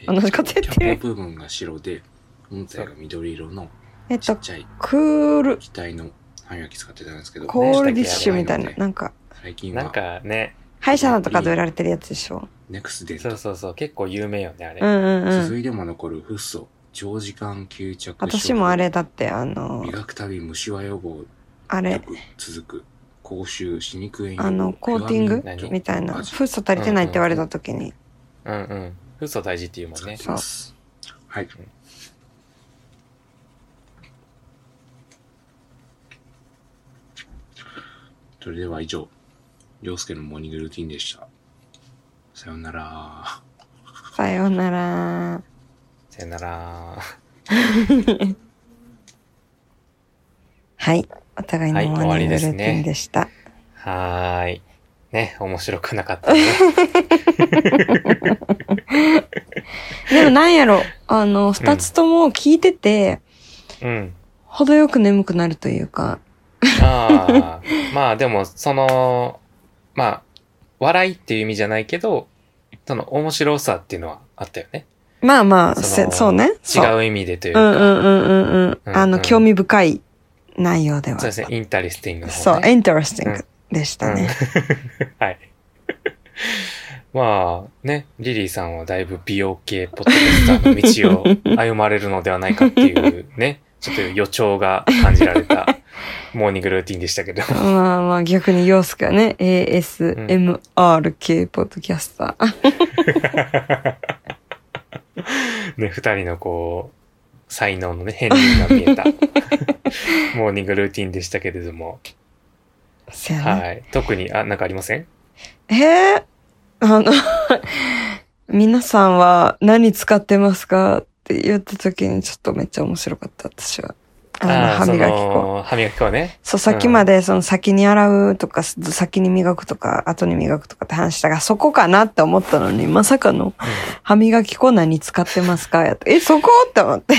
[SPEAKER 1] 同じことやってる
[SPEAKER 4] キャップの部分が白で、本体が緑色の
[SPEAKER 1] えっ
[SPEAKER 4] ちっ
[SPEAKER 1] と、
[SPEAKER 4] ちゃい
[SPEAKER 1] クール、
[SPEAKER 4] 液体の歯磨き使ってたんですけど、
[SPEAKER 1] コールディッシュみたいな。なんか、
[SPEAKER 4] 最近
[SPEAKER 2] なん
[SPEAKER 4] は
[SPEAKER 2] かね、
[SPEAKER 1] 歯医者だとかで売られてるやつでしょ。
[SPEAKER 4] ネクスデン
[SPEAKER 2] そう
[SPEAKER 4] ト、
[SPEAKER 2] そうそう、結構有名よね、あれ。
[SPEAKER 1] うんうんう
[SPEAKER 4] 続
[SPEAKER 1] ん。
[SPEAKER 4] いても残るフッ素、長時間吸着
[SPEAKER 1] 私もあれだって、あの、
[SPEAKER 4] 磨くたび虫歯予防
[SPEAKER 1] あ
[SPEAKER 4] よ
[SPEAKER 1] れ、
[SPEAKER 4] く続く口臭歯肉炎
[SPEAKER 1] あのコーティング
[SPEAKER 2] 何
[SPEAKER 1] みたいな。
[SPEAKER 4] 味
[SPEAKER 1] フッ素足りてないって言われた時に。
[SPEAKER 2] うんうん。嘘大事っていうもん
[SPEAKER 4] 使っ
[SPEAKER 2] ね
[SPEAKER 4] て。ますはいそれでは以上陽介のモーニングルーティンでしたさようなら
[SPEAKER 1] さようなら。
[SPEAKER 2] さよなら。
[SPEAKER 1] はい。お互いの
[SPEAKER 2] はい
[SPEAKER 1] モーニングル
[SPEAKER 2] 終わ
[SPEAKER 1] ー
[SPEAKER 2] りです
[SPEAKER 1] ティ
[SPEAKER 2] ね
[SPEAKER 1] ンでした。
[SPEAKER 2] はーい。ね、面白くなか
[SPEAKER 1] (laughs)
[SPEAKER 2] ったね。
[SPEAKER 1] でもなん
[SPEAKER 2] (laughs)
[SPEAKER 1] やろ、あの、二つとも聞いてて、
[SPEAKER 2] うん。
[SPEAKER 1] 程よく眠くなるというか、
[SPEAKER 2] ああ。まあでも、その、まあ、笑いっていう意味じゃないけど、その面白さっていうのはあったよね。
[SPEAKER 1] まあまあ、
[SPEAKER 2] そ
[SPEAKER 1] せ
[SPEAKER 2] の
[SPEAKER 1] そうね。
[SPEAKER 2] 違
[SPEAKER 1] そう
[SPEAKER 2] 意味でという
[SPEAKER 1] う。う
[SPEAKER 2] か。
[SPEAKER 1] んうんうんうんうん。
[SPEAKER 2] うん
[SPEAKER 1] あの、興味深い内容ではあっ
[SPEAKER 2] そう
[SPEAKER 1] た。
[SPEAKER 2] ですね、インタリスティングの
[SPEAKER 1] そ
[SPEAKER 2] 方
[SPEAKER 1] う、
[SPEAKER 2] ね。
[SPEAKER 1] interesting でしたね。
[SPEAKER 2] うん (laughs) はい。まあね、リリーさんはだいぶ美容系ポッドキャスターの道を歩まれるのではないかっていう
[SPEAKER 1] (laughs)
[SPEAKER 2] ね、ちょっと予兆が感じられたモーニングルーティンでしたけど。
[SPEAKER 1] まあまあ逆に陽介はね、ASMR 系ポッドキャスター。
[SPEAKER 2] ね、二人のこう、才能のね、変鱗が見
[SPEAKER 1] (laughs)
[SPEAKER 2] えたモーニングルーティンでしたけれども。
[SPEAKER 1] せやね。
[SPEAKER 2] はい。特に、あ、なんかありません
[SPEAKER 1] へえ、あの、 (laughs) 皆さんは何使ってますかって言った時にちょっとめっちゃ面白かった、私は。あの、
[SPEAKER 2] あー
[SPEAKER 1] 歯磨き
[SPEAKER 2] そ
[SPEAKER 1] 粉。
[SPEAKER 2] の歯磨き粉ね。
[SPEAKER 1] そう、さっきまでその先に洗うとか、先に磨くとか、後に磨くとかって話したが、そこかなって思ったのに、まさかの歯磨き粉何使ってますかやって、え、そこって思って。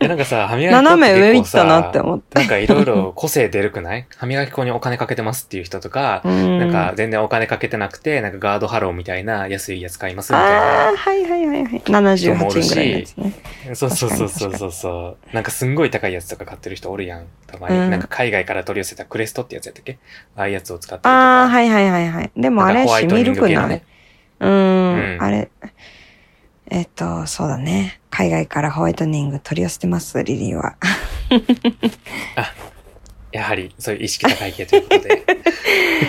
[SPEAKER 2] でなんかさ、歯磨き粉って
[SPEAKER 1] 斜め上行
[SPEAKER 2] 結構
[SPEAKER 1] っ
[SPEAKER 2] さ
[SPEAKER 1] たなって思って。
[SPEAKER 2] なんかいろいろ個性出るくない (laughs) 歯磨き粉にお金かけてますっていう人とか、
[SPEAKER 1] な
[SPEAKER 2] なんか全然お金かけてなくて、なんかガードハローみたいな安いやつ買いますみた
[SPEAKER 1] あ
[SPEAKER 2] い
[SPEAKER 1] あ、はいはいはいはい。78
[SPEAKER 2] もおるし
[SPEAKER 1] 円ぐらいのやつね。
[SPEAKER 2] な。そうそうそうそう
[SPEAKER 1] 確かに確
[SPEAKER 2] そうそう。なんかすんごい高いやつとか買ってる人おるやん。たまに。
[SPEAKER 1] うん
[SPEAKER 2] なんか海外から取り寄せたクレストってやつやったっけああいうやつを使ってるとか。
[SPEAKER 1] ああ、はいはいはいはい。でもあ
[SPEAKER 2] なん
[SPEAKER 1] れ
[SPEAKER 2] かホワ
[SPEAKER 1] し、
[SPEAKER 2] イトニ
[SPEAKER 1] ミ
[SPEAKER 2] ング
[SPEAKER 1] ルク
[SPEAKER 2] 系の
[SPEAKER 1] な
[SPEAKER 2] ね
[SPEAKER 1] い。。うー
[SPEAKER 2] うん
[SPEAKER 1] ん、あれ。えっと、そうだね。海外からホワイトニング取り寄せてます、リリ
[SPEAKER 2] (laughs)
[SPEAKER 1] ーは。
[SPEAKER 2] やはり、そういう意識高い系ということ
[SPEAKER 1] (laughs)
[SPEAKER 2] で。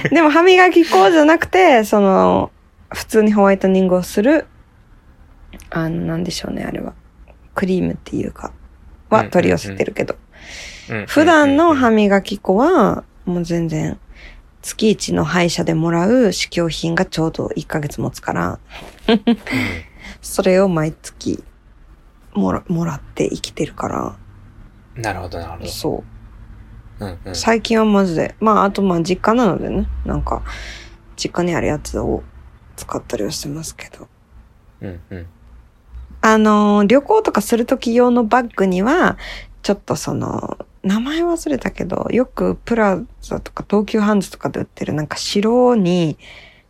[SPEAKER 1] でも歯磨き粉じゃなくて、その、普通にホワイトニングをする、あの、なんでしょうね、あれは。クリームっていうか、
[SPEAKER 2] うんうん
[SPEAKER 1] は
[SPEAKER 2] うん
[SPEAKER 1] 取り寄せてるけど。
[SPEAKER 2] うん
[SPEAKER 1] 普段の歯
[SPEAKER 2] うん
[SPEAKER 1] 磨き粉は、もう全然、月一の歯医者でもらう試供品がちょうど1ヶ月持つから、それを毎月もらもらって生きてるか
[SPEAKER 2] うんなるほど、なるほ
[SPEAKER 1] ら、そ
[SPEAKER 2] ど。うんうん
[SPEAKER 1] う。。最近はマジで。まあ、あとまあ実家なのでね、なんか、実家にあるやつを使ったりはしてますけど。
[SPEAKER 2] うんうん。
[SPEAKER 1] あのー旅行とかするとき用のバッグには、ちょっとその、名前忘れたけど、よくプラザとか東急ハンズとかで売ってるなんか白に、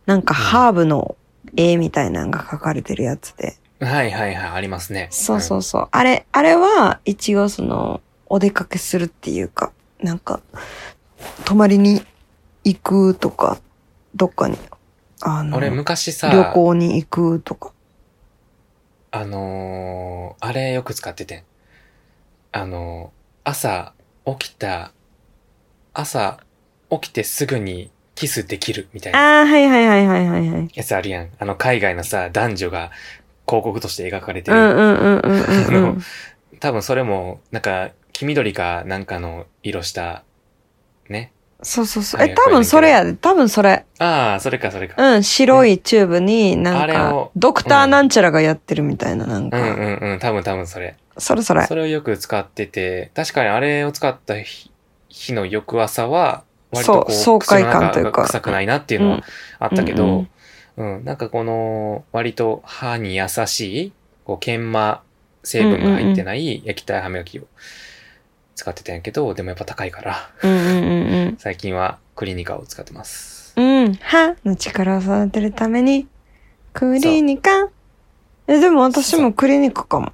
[SPEAKER 1] なんかハーブの絵みたいなのが描かれてるやつで、
[SPEAKER 2] はいはいはい、ありますね。
[SPEAKER 1] そうそうそう。あれ、あれは、一応その、お出かけするっていうか、なんか、泊まりに行くとか、どっかに、あ
[SPEAKER 2] うん。
[SPEAKER 1] の、
[SPEAKER 2] 俺、
[SPEAKER 1] 旅
[SPEAKER 2] 昔さ、
[SPEAKER 1] 行に行くとか。
[SPEAKER 2] あのー、あれよく使っててん。あのー、朝起きた、朝起きてすぐにキスできるみたいな
[SPEAKER 1] ああ、はいはいはいはいはいはい。
[SPEAKER 2] やつあるやん。あの海外のさ、男女が広告として描かれて
[SPEAKER 1] う
[SPEAKER 2] る。
[SPEAKER 1] んうんうんうんうんう
[SPEAKER 2] あの
[SPEAKER 1] ん。
[SPEAKER 2] 多分それも、なんか、黄緑かなんかの色した、ね。
[SPEAKER 1] そうそうそう。
[SPEAKER 2] あり
[SPEAKER 1] え、
[SPEAKER 2] がとう
[SPEAKER 1] 多分それやで。多分それ。
[SPEAKER 2] ああ、それかそれか。
[SPEAKER 1] うん、白いチューブにな
[SPEAKER 2] あ
[SPEAKER 1] ん
[SPEAKER 2] れ
[SPEAKER 1] か
[SPEAKER 2] を、
[SPEAKER 1] ドクターなんちゃらがやってるみたいな、な
[SPEAKER 2] う
[SPEAKER 1] ん
[SPEAKER 2] んう
[SPEAKER 1] か。
[SPEAKER 2] んうん、多分多分それ。
[SPEAKER 1] それそれ
[SPEAKER 2] そ。れをよく使ってて、確かにあれを使った日日の翌朝は、割とこう、
[SPEAKER 1] そう爽快感
[SPEAKER 2] 口の中が
[SPEAKER 1] というか
[SPEAKER 2] 臭くないなっていうの
[SPEAKER 1] うん
[SPEAKER 2] はあったけど、うん、なんかこの、割と歯に優しい、こう、研磨成分が入ってない液体歯磨きを使ってたんやけど、でもやっぱ高いから、
[SPEAKER 1] うんうんうんうん。
[SPEAKER 2] 最近はクリニカを使ってます。
[SPEAKER 1] うん、歯の力を育てるために、クリニカ。え、でも私もクリニカかも。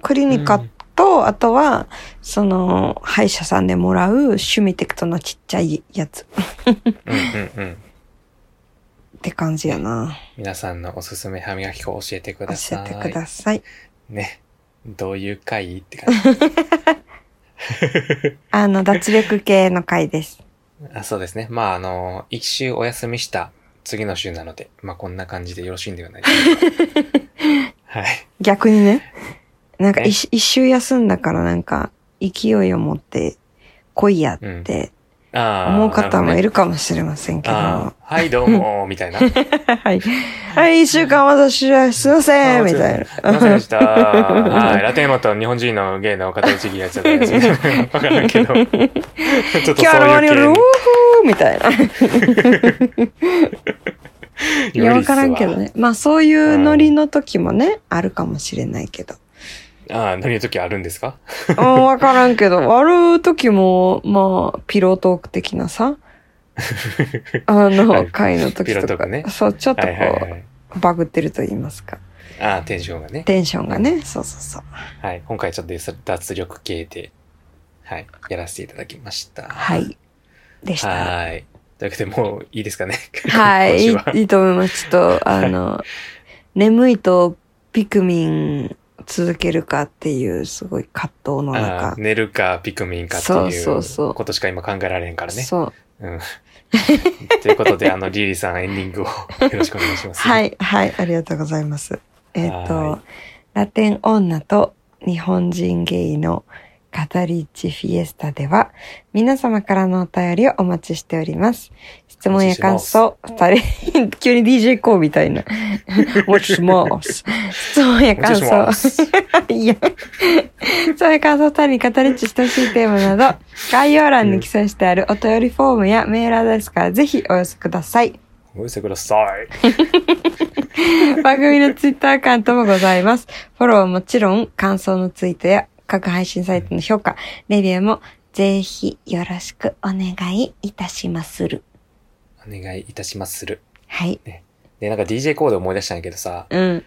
[SPEAKER 1] クリニカと、あとは、その、歯医者さんでもらうシュミテクトのちっちゃいやつっ
[SPEAKER 2] うんうんうん。
[SPEAKER 1] て感じやな。
[SPEAKER 2] 皆さんのおすすめ歯磨き粉教えてくだ
[SPEAKER 1] 教
[SPEAKER 2] さい。
[SPEAKER 1] えてください。
[SPEAKER 2] ね。どういう回って感じ。
[SPEAKER 1] あの、脱力系の回です。
[SPEAKER 2] あそうですね。まあ、あの、一週お休みした次の週なので、まあ、こんな感じでよろしいんではないでしょうか。
[SPEAKER 1] (laughs)
[SPEAKER 2] はい。
[SPEAKER 1] 逆にね。なんか
[SPEAKER 2] ね
[SPEAKER 1] 一一周休んだからなんか、勢いを持って来いやって
[SPEAKER 2] ああ。
[SPEAKER 1] 思う方もい
[SPEAKER 2] る
[SPEAKER 1] るかもしれませんけ
[SPEAKER 2] ほどね。あ
[SPEAKER 1] ど。
[SPEAKER 2] あ。はい、どうも、みたいな。すい
[SPEAKER 1] (laughs) はい。はい、一週間私はすいません、みたい
[SPEAKER 2] ませんで
[SPEAKER 1] (laughs) な。
[SPEAKER 2] した。はい。ラテンマと日本人のゲイの片打ち切りやつだった
[SPEAKER 1] (laughs)
[SPEAKER 2] んですけどわからんけど。ちょっと
[SPEAKER 1] キャラマニョル、ウー
[SPEAKER 2] 系
[SPEAKER 1] フーみた
[SPEAKER 2] (laughs)
[SPEAKER 1] いな。い
[SPEAKER 2] によ
[SPEAKER 1] や、
[SPEAKER 2] り
[SPEAKER 1] わ
[SPEAKER 2] っす
[SPEAKER 1] からんけどね。まあ、そういうノリの時もね、あるかもしれないけど。
[SPEAKER 2] ああ、何の時あるんですか
[SPEAKER 1] うん、わからんけど、ある時も、まあ、ピロートーク的な
[SPEAKER 2] (laughs)
[SPEAKER 1] さ、あ
[SPEAKER 2] は
[SPEAKER 1] の、
[SPEAKER 2] い
[SPEAKER 1] 回の時
[SPEAKER 2] ピロート
[SPEAKER 1] と
[SPEAKER 2] ーク
[SPEAKER 1] か
[SPEAKER 2] ね
[SPEAKER 1] そう、ちょっと
[SPEAKER 2] は
[SPEAKER 1] こ
[SPEAKER 2] いはいはい。
[SPEAKER 1] う、バグってると言いますか。
[SPEAKER 2] ああ、テンションがね。
[SPEAKER 1] テンションがね、そうそうそう。
[SPEAKER 2] はい。今回ちょっと脱力系で、はい。やらせていただきました。
[SPEAKER 1] は。い。でした。
[SPEAKER 2] はい。というわけで、もういいですかね。
[SPEAKER 1] はい、い
[SPEAKER 2] 今週
[SPEAKER 1] いいいと思います。ちょっと、あの、眠いとピクミン続けるかっていう、すごい葛藤の
[SPEAKER 2] あ
[SPEAKER 1] 中
[SPEAKER 2] あ。寝るか、ピクミンかって
[SPEAKER 1] そう
[SPEAKER 2] い
[SPEAKER 1] そううそう
[SPEAKER 2] ことしか今考えられへんからね。
[SPEAKER 1] そう。
[SPEAKER 2] うん。ということで、あの、リリーさんエンディングをよろしくお願いします。
[SPEAKER 1] は。い、はい、ありがとうございます。えっ、
[SPEAKER 2] は
[SPEAKER 1] と、ラテン女と日本人ゲイの語り地フィエスタでは、皆様からのお便りをお待ちしております。質問や感想、二人、 (laughs) 急に DJ コーみたいな。もちします。質問や
[SPEAKER 2] お願
[SPEAKER 1] 感
[SPEAKER 2] いしま
[SPEAKER 1] 想。
[SPEAKER 2] す。
[SPEAKER 1] いや。そういう感想たりに語りちしてほしいテーマなど、概要欄に記載してあるお便りフォームやメールアドレスからぜひお寄せください。
[SPEAKER 2] お寄せください。
[SPEAKER 1] (laughs) 番組のツイッターアカウントもございます。フォローはもちろん、感想のツイートや各配信サイトの評価、レビューもぜひよろしくお願いいたしまする。
[SPEAKER 2] お願いいたしまする。
[SPEAKER 1] はい。
[SPEAKER 2] で、なんか DJ コード思い出したんやけどさ、
[SPEAKER 1] うん。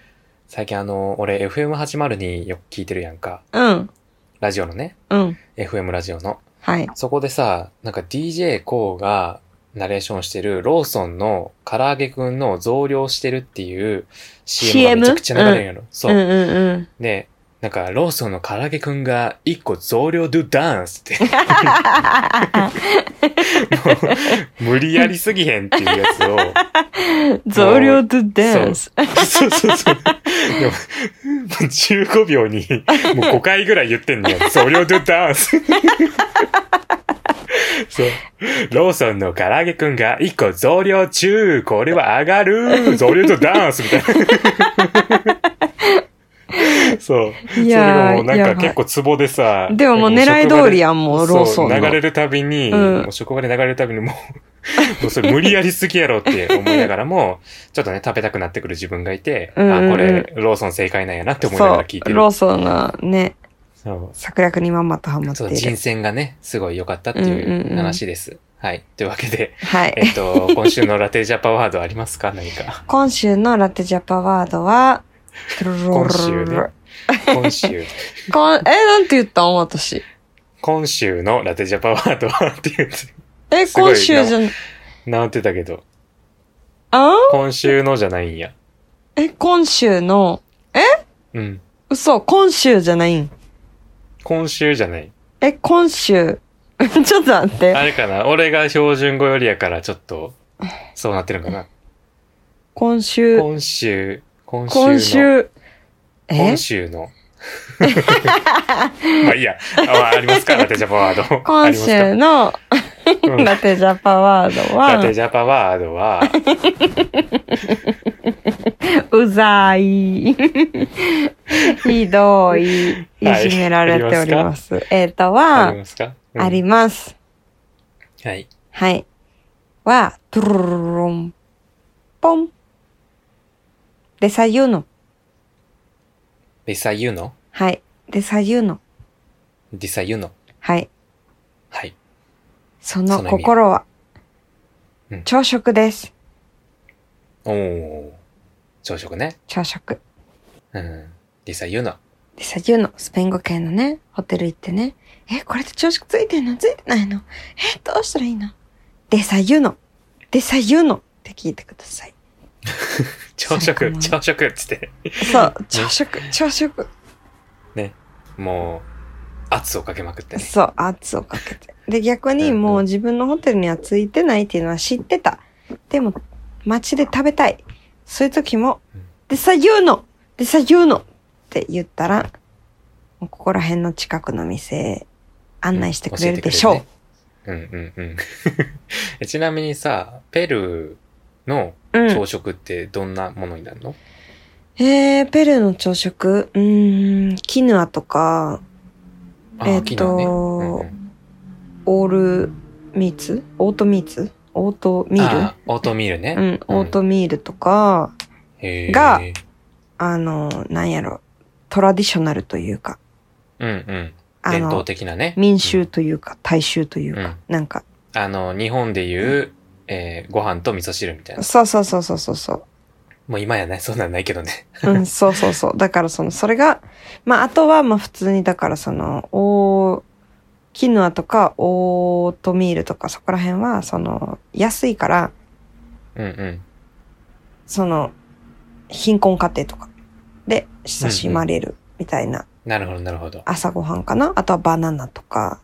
[SPEAKER 2] 最近あの、俺 FM80 によく聞いてるやんか。
[SPEAKER 1] うん。
[SPEAKER 2] ラジオのね。
[SPEAKER 1] うん。
[SPEAKER 2] FM ラジオの。
[SPEAKER 1] はい。
[SPEAKER 2] そこでさ、なんか DJ コーがナレーションしてるローソンの唐揚げくんの増量してるっていう CM が
[SPEAKER 1] CM
[SPEAKER 2] めちゃくちゃ流れるんやろ。そうう。
[SPEAKER 1] んうんうん。
[SPEAKER 2] で、なんかローソンの唐揚げくんが1個増量ドゥダンス (laughs) って。無理やりすぎへんっていうやつを。
[SPEAKER 1] 増量とダンス。
[SPEAKER 2] そうそうそう。でも、もう15秒に、もう5回ぐらい言ってんのよ。それをドゥダンス。そう。ローソンの唐揚げくんが1個増量中、これは上がる、増量とダンスみたいな。そう。
[SPEAKER 1] い
[SPEAKER 2] そ
[SPEAKER 1] や
[SPEAKER 2] れが
[SPEAKER 1] ー
[SPEAKER 2] もうなん
[SPEAKER 1] や
[SPEAKER 2] か
[SPEAKER 1] ばい
[SPEAKER 2] 結構ツボでさ。
[SPEAKER 1] でももう狙い通りやん、もう、
[SPEAKER 2] そう
[SPEAKER 1] ローソンの。
[SPEAKER 2] 流れるたびに、
[SPEAKER 1] うん
[SPEAKER 2] もう (laughs) 職場で流れるたびにもう、もうそれ無理やりすぎやろって思いながらも、ちょっとね、食べたくなってくる自分がいて、
[SPEAKER 1] うんうんうん
[SPEAKER 2] あ、これ、ローソン正解なんやなって思いなが
[SPEAKER 1] そ
[SPEAKER 2] ら聞いて
[SPEAKER 1] う。
[SPEAKER 2] る。
[SPEAKER 1] ローソンがね、
[SPEAKER 2] そう。
[SPEAKER 1] 桜国ママとハマっ
[SPEAKER 2] そ
[SPEAKER 1] て
[SPEAKER 2] う、
[SPEAKER 1] い
[SPEAKER 2] 人
[SPEAKER 1] る。
[SPEAKER 2] 選がね、すごい良かったって
[SPEAKER 1] うんうん
[SPEAKER 2] い
[SPEAKER 1] うん
[SPEAKER 2] う話です。はい。というわけで、
[SPEAKER 1] はい。
[SPEAKER 2] えっ
[SPEAKER 1] (laughs)
[SPEAKER 2] と、今週のラテジャパワードありますか何か。
[SPEAKER 1] 今週のラテジャパワードは、
[SPEAKER 2] 今週ね。今週。
[SPEAKER 1] こんえ、なんて言ったん私。
[SPEAKER 2] 今週のラテジャパワードはって言って、
[SPEAKER 1] え、
[SPEAKER 2] すごい
[SPEAKER 1] 今週じゃん、
[SPEAKER 2] なってたけど、
[SPEAKER 1] あん
[SPEAKER 2] 今週のじゃないんや。
[SPEAKER 1] え、今週の、
[SPEAKER 2] うん。
[SPEAKER 1] 嘘、今週じゃないん。
[SPEAKER 2] 今週じゃない。
[SPEAKER 1] え、今週。 (laughs) ちょっと待って。
[SPEAKER 2] あれかな俺が標準語よりやからちょっと、そうなってるのかな。
[SPEAKER 1] 今週、
[SPEAKER 2] 今週、今週の。
[SPEAKER 1] 今週。え
[SPEAKER 2] 今週の。 (laughs) まあいいや。あまあありますかラテジャパワード。あ
[SPEAKER 1] 今
[SPEAKER 2] りますか
[SPEAKER 1] 週の (laughs)
[SPEAKER 2] うん
[SPEAKER 1] ラテジャパワード
[SPEAKER 2] ラテ
[SPEAKER 1] は、
[SPEAKER 2] ジャパワードは、
[SPEAKER 1] うざ
[SPEAKER 2] (laughs)
[SPEAKER 1] い。ひどい。いじめられております。えっと
[SPEAKER 2] あ
[SPEAKER 1] は
[SPEAKER 2] り、ますか
[SPEAKER 1] あり
[SPEAKER 2] ま
[SPEAKER 1] ます。
[SPEAKER 2] す。はい。
[SPEAKER 1] はい。は、トゥルルルルン、ポン。デサユノ。
[SPEAKER 2] ディサユノ
[SPEAKER 1] はい。デサユノ。
[SPEAKER 2] ディサユノ
[SPEAKER 1] はい。
[SPEAKER 2] はい。
[SPEAKER 1] そ
[SPEAKER 2] その意
[SPEAKER 1] の
[SPEAKER 2] 味
[SPEAKER 1] 心は
[SPEAKER 2] うん、
[SPEAKER 1] 朝食です。
[SPEAKER 2] おー。朝食ね。
[SPEAKER 1] 朝食。
[SPEAKER 2] うん。ディサユノ
[SPEAKER 1] でさ、ユのスペイン語系のね、ホテル行ってね、え、これって朝食ついてんのついてないのえ、どうしたらいいのでさ、ユの。でさ、ユの。って聞いてください。
[SPEAKER 2] 朝
[SPEAKER 1] そうか
[SPEAKER 2] 食、
[SPEAKER 1] も
[SPEAKER 2] 朝食っつって。
[SPEAKER 1] そう、朝食、朝食。
[SPEAKER 2] もう、圧をかけまくってね。
[SPEAKER 1] そう、圧をかけて。で、逆に
[SPEAKER 2] うん
[SPEAKER 1] も
[SPEAKER 2] う
[SPEAKER 1] う自分のホテルにはついてないっていうのは知ってた。でも、街で食べたい。そういう時も
[SPEAKER 2] うん、
[SPEAKER 1] でさ、ユの。でさ、ユの。って言ったら、もうここら辺の近くの店へ案内してくれるでし
[SPEAKER 2] うん。
[SPEAKER 1] ょう。
[SPEAKER 2] 教えてくれるねうんうんうん (laughs) え。ちなみにさ、ペルーの
[SPEAKER 1] うん
[SPEAKER 2] 朝食ってどんなものになるの
[SPEAKER 1] えー、ペルーの朝食うーん、キヌアとか、
[SPEAKER 2] あ
[SPEAKER 1] え
[SPEAKER 2] ー
[SPEAKER 1] っと
[SPEAKER 2] 昨日ねうんうん
[SPEAKER 1] オールミーツオートミーツオートミー
[SPEAKER 2] あーオートミールね。
[SPEAKER 1] ルうん、オートミールとか、
[SPEAKER 2] へー
[SPEAKER 1] があの、なんやろ、トラディショナルというか、
[SPEAKER 2] うんうん。
[SPEAKER 1] あ
[SPEAKER 2] 伝統
[SPEAKER 1] の、
[SPEAKER 2] 的なね。
[SPEAKER 1] 民
[SPEAKER 2] う
[SPEAKER 1] 衆
[SPEAKER 2] ん
[SPEAKER 1] というか、大衆というか、なんか、
[SPEAKER 2] あの、日本でいう、えーご飯と味噌汁みたいな。
[SPEAKER 1] そうそうそうそうそうそう。
[SPEAKER 2] もう今やね、そんなんないけどね。 (laughs)
[SPEAKER 1] うん、そうそうそう。 (laughs) だからその、それが、まあ、あとは、まあ、普通に、だからその、おキヌアとか、オートミールとか、そこら辺は、その、安いから、
[SPEAKER 2] うんうん。
[SPEAKER 1] その、貧困家庭とかで親しまれるみたいな
[SPEAKER 2] なるほど、なるほど。
[SPEAKER 1] 朝ごはんかな、あとはバナナとか、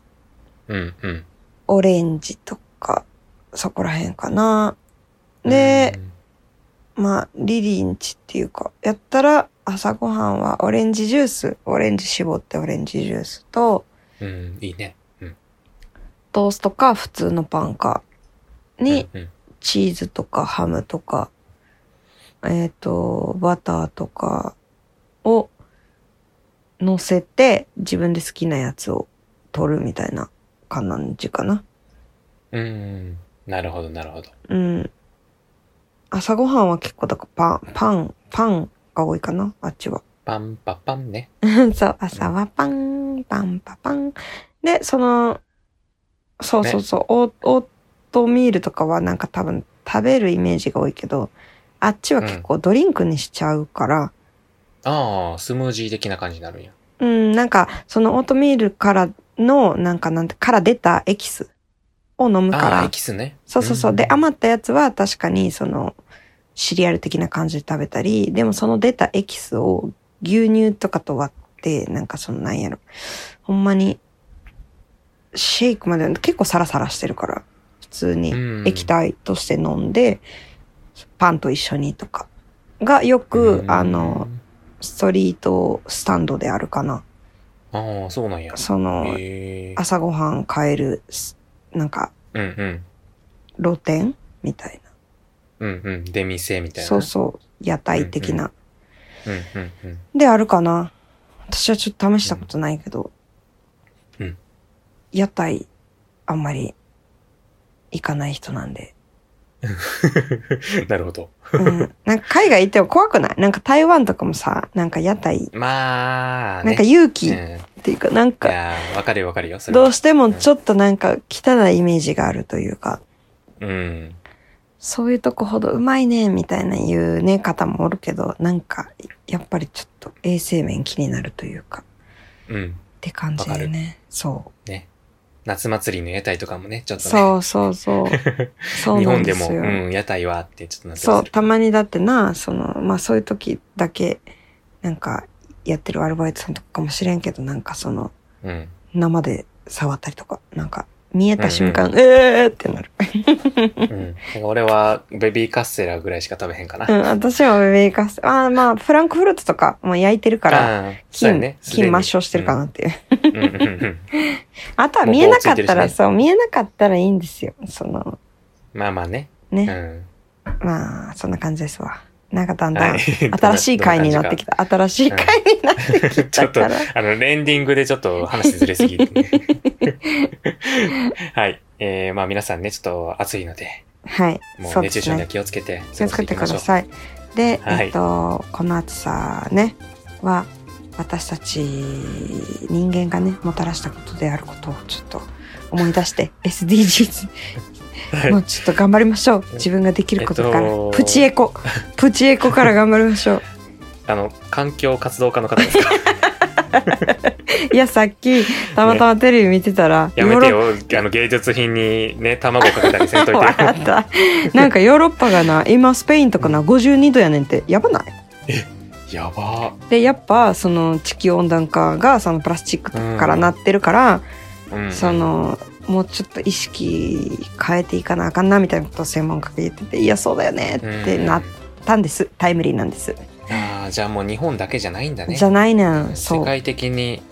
[SPEAKER 2] うんうん。
[SPEAKER 1] オレンジとか、そこら辺かな。で、まあ、リリンチっていうか、やったら朝ごはんはオレンジジュース、オレンジ絞ってオレンジジュースと、
[SPEAKER 2] うん、うん、いいね。
[SPEAKER 1] トーストか普通のパンかに
[SPEAKER 2] うんうん、
[SPEAKER 1] チーズとかハムとか、えっ、と、バターとかを乗せて自分で好きなやつを取るみたいな感じかな。
[SPEAKER 2] うんうん。なるほど、なるほど。
[SPEAKER 1] うん。朝ごはんは結構だからパン、パン、パンが多いかな、あっちは。
[SPEAKER 2] パンパパンね。
[SPEAKER 1] (laughs) そう、朝はパン、パンパパン。で、その、そうそうそう、オーオートミールとかはなんか多分食べるイメージが多いけど、あっちは結構ドリンクにしちゃうから、
[SPEAKER 2] ああ、スムージー的な感じになるんや。
[SPEAKER 1] うん、なんかそのオートミールからの、なんかなんて、から出たエキスを飲むか
[SPEAKER 2] ああー、エ
[SPEAKER 1] ら、
[SPEAKER 2] キスね。
[SPEAKER 1] そうそうそう。
[SPEAKER 2] ん
[SPEAKER 1] で、余ったやつは確かにその、シリアル的な感じで食べたり、でもその出たエキスを牛乳とかと割って、なんかそのなんやろ。ほんまに、シェイクまで結構サラサラしてるから、普通に
[SPEAKER 2] うん
[SPEAKER 1] 液体として飲んで、パンと一緒にとか、がよく、あの、、ストリートスタンドであるかな。
[SPEAKER 2] ああ、そうなんや。
[SPEAKER 1] その、
[SPEAKER 2] へえ。
[SPEAKER 1] 朝ごはん買えるす、なんか、
[SPEAKER 2] うんうん。
[SPEAKER 1] 露店みたいな。
[SPEAKER 2] うんうん。出店みたいな。
[SPEAKER 1] そうそう。屋台的な。
[SPEAKER 2] う。うんうんうん。 (laughs)
[SPEAKER 1] で、あるかな。私はちょっと試したことないけど。
[SPEAKER 2] うんうん
[SPEAKER 1] 屋台、あんまり、行かない人なんで。
[SPEAKER 2] なるほど。
[SPEAKER 1] うん。なんか海外行っても怖くないなんか台湾とかもさ、なんか屋台、
[SPEAKER 2] まあ、
[SPEAKER 1] な
[SPEAKER 2] ね。
[SPEAKER 1] んか勇気
[SPEAKER 2] うん、
[SPEAKER 1] っ
[SPEAKER 2] い
[SPEAKER 1] ていうか、なんか、
[SPEAKER 2] やーわかるよわかるよ。それは
[SPEAKER 1] どうしてもちょっとなんか汚いイメージがあるというか、
[SPEAKER 2] うん。
[SPEAKER 1] そういうとこほどうまいね、みたいな言うね、方もおるけど、なんか、やっぱりちょっと衛生面気になるというか、
[SPEAKER 2] うん。
[SPEAKER 1] って感じだよね。そ
[SPEAKER 2] ね。夏祭りの屋台とかもね、ちょっ
[SPEAKER 1] う。
[SPEAKER 2] とね。
[SPEAKER 1] そうそうそう。
[SPEAKER 2] (laughs)
[SPEAKER 1] そう
[SPEAKER 2] 日
[SPEAKER 1] な
[SPEAKER 2] 本
[SPEAKER 1] んで
[SPEAKER 2] でも、
[SPEAKER 1] す
[SPEAKER 2] う
[SPEAKER 1] よ。
[SPEAKER 2] ん、屋台はってちょっとなって
[SPEAKER 1] そう、たま
[SPEAKER 2] に。
[SPEAKER 1] にだってな、その、まあそういう時だけ、なんか、やってるアルバイトさんとかかもしれんけど、なんかその、
[SPEAKER 2] うん。
[SPEAKER 1] 生で触ったりとか、なんか、見えた瞬間、えーってな
[SPEAKER 2] (laughs)
[SPEAKER 1] る。
[SPEAKER 2] うん。俺は、ベビーカステラぐらいしか食べへんかな。
[SPEAKER 1] うん、私はベビーカス、ああ、まあ、フランクフルーツとか、もう焼いてるから、
[SPEAKER 2] ら、そうや
[SPEAKER 1] 金、
[SPEAKER 2] ね。
[SPEAKER 1] 金抹消してるかなっていう。
[SPEAKER 2] うん。うんうんうん
[SPEAKER 1] あとは見えなかった
[SPEAKER 2] もう棒ついて
[SPEAKER 1] ら、
[SPEAKER 2] るしね
[SPEAKER 1] そう、見えなかったらいいんですよ。その、
[SPEAKER 2] まあまあね。う
[SPEAKER 1] ね。
[SPEAKER 2] ん。
[SPEAKER 1] まあ、そんな感じですわ。なんかだんだん、
[SPEAKER 2] はい
[SPEAKER 1] 新しい回になってきた。新しい回になってき
[SPEAKER 2] ちょ
[SPEAKER 1] た
[SPEAKER 2] っと、
[SPEAKER 1] か
[SPEAKER 2] あ
[SPEAKER 1] ら。
[SPEAKER 2] の、エンディングでちょっと話ずれすぎてね。 (laughs) はい。えー、まあ皆さんね、ちょっと暑いので、
[SPEAKER 1] (laughs) はい。
[SPEAKER 2] も
[SPEAKER 1] そうう
[SPEAKER 2] 熱中
[SPEAKER 1] です
[SPEAKER 2] 症に
[SPEAKER 1] ね
[SPEAKER 2] は。気をつけて、
[SPEAKER 1] 気をつけてくだ
[SPEAKER 2] い。
[SPEAKER 1] さい。で、
[SPEAKER 2] はい
[SPEAKER 1] えっと、この暑さね、は、私たち人間がね、もたらしたことであることをちょっと思い出 (laughs) して、SDGs、
[SPEAKER 2] はい
[SPEAKER 1] もうちょっと頑張りましょう。自分ができることか
[SPEAKER 2] えっ
[SPEAKER 1] ら。
[SPEAKER 2] と
[SPEAKER 1] プチエコ、プチエコから頑張りましょう。
[SPEAKER 2] あの、環境活動家の方です
[SPEAKER 1] (laughs)
[SPEAKER 2] か
[SPEAKER 1] いや、さっき、たまたまテレビ見てたら、
[SPEAKER 2] や
[SPEAKER 1] ヨ
[SPEAKER 2] め
[SPEAKER 1] ーロ
[SPEAKER 2] て
[SPEAKER 1] ッ
[SPEAKER 2] よ。あの、芸術品にね、卵かけたりせんとい
[SPEAKER 1] パ
[SPEAKER 2] て。
[SPEAKER 1] (laughs) 笑った。なんかヨーロッパがな、今スペインとかな、52度やねんって、やばない
[SPEAKER 2] やば
[SPEAKER 1] でやっぱその地球温暖化がそのプラスチックとかからなってるから、
[SPEAKER 2] ー。うん
[SPEAKER 1] (laughs) そ、のもうちょっと意識変えていかなあかんなみたいなことを専門家が言ってていやそうだよねってなっ
[SPEAKER 2] うん
[SPEAKER 1] たんです、タイムリーなんです、
[SPEAKER 2] ああ、じゃあもう日本だけじゃないんだね。
[SPEAKER 1] じゃないねん
[SPEAKER 2] 世
[SPEAKER 1] そう
[SPEAKER 2] 界的に。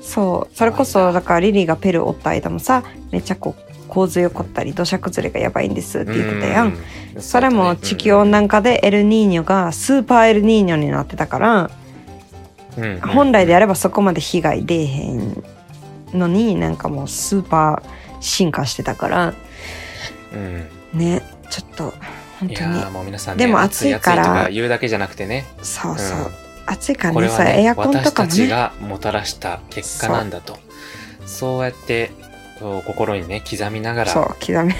[SPEAKER 1] そうそれこ
[SPEAKER 2] そうな
[SPEAKER 1] そ
[SPEAKER 2] んだ
[SPEAKER 1] だからリリーがペルーおった間もさめっちゃこう洪水起こったり土砂崩れがやばいんですって言ってたやん、
[SPEAKER 2] うん
[SPEAKER 1] それも地球温暖化でエルニーニョがスーパーエルニーニョになってたから、
[SPEAKER 2] うん
[SPEAKER 1] 本来であ
[SPEAKER 2] れ
[SPEAKER 1] ればそこまで被害出えへんのになんかもうスーパー進化してたから
[SPEAKER 2] ば、うん
[SPEAKER 1] ねちょっと本
[SPEAKER 2] い
[SPEAKER 1] 当
[SPEAKER 2] や
[SPEAKER 1] に
[SPEAKER 2] ーもう皆さんね
[SPEAKER 1] でも暑いから
[SPEAKER 2] 暑いとか言うだけじゃなくてね、
[SPEAKER 1] そううんそう、暑いから
[SPEAKER 2] これ
[SPEAKER 1] ね
[SPEAKER 2] は
[SPEAKER 1] さ
[SPEAKER 2] ね
[SPEAKER 1] エアコンと
[SPEAKER 2] 私
[SPEAKER 1] か
[SPEAKER 2] た
[SPEAKER 1] も
[SPEAKER 2] ち
[SPEAKER 1] ね
[SPEAKER 2] がもたらした結果なんだとそうやってこう心にね刻みなが
[SPEAKER 1] そう
[SPEAKER 2] ら
[SPEAKER 1] 刻み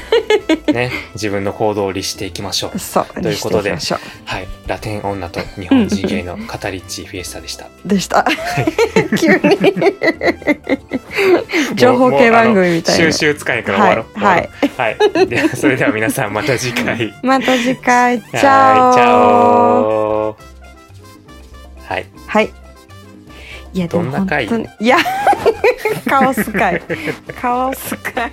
[SPEAKER 2] ね (laughs) 自分の行動を律していきま
[SPEAKER 1] (laughs)
[SPEAKER 2] しょう
[SPEAKER 1] そう
[SPEAKER 2] ということで
[SPEAKER 1] にしていきましょ
[SPEAKER 2] はいラテン女と日本人芸の語り地フィエスタでした
[SPEAKER 1] うでした (laughs) 急
[SPEAKER 2] (laughs)
[SPEAKER 1] に情報系番組みたい
[SPEAKER 2] もうあの収
[SPEAKER 1] な
[SPEAKER 2] 集つかないから終わろう
[SPEAKER 1] はい
[SPEAKER 2] はい、はい、でそれでは皆さんまた次
[SPEAKER 1] (laughs)
[SPEAKER 2] 回
[SPEAKER 1] また次回チ
[SPEAKER 2] は
[SPEAKER 1] ャ
[SPEAKER 2] い
[SPEAKER 1] オ
[SPEAKER 2] チャオはい
[SPEAKER 1] はい。いや、でも
[SPEAKER 2] どんな
[SPEAKER 1] 本
[SPEAKER 2] 回
[SPEAKER 1] 当に。いや、 (laughs) カオス会。カオス会。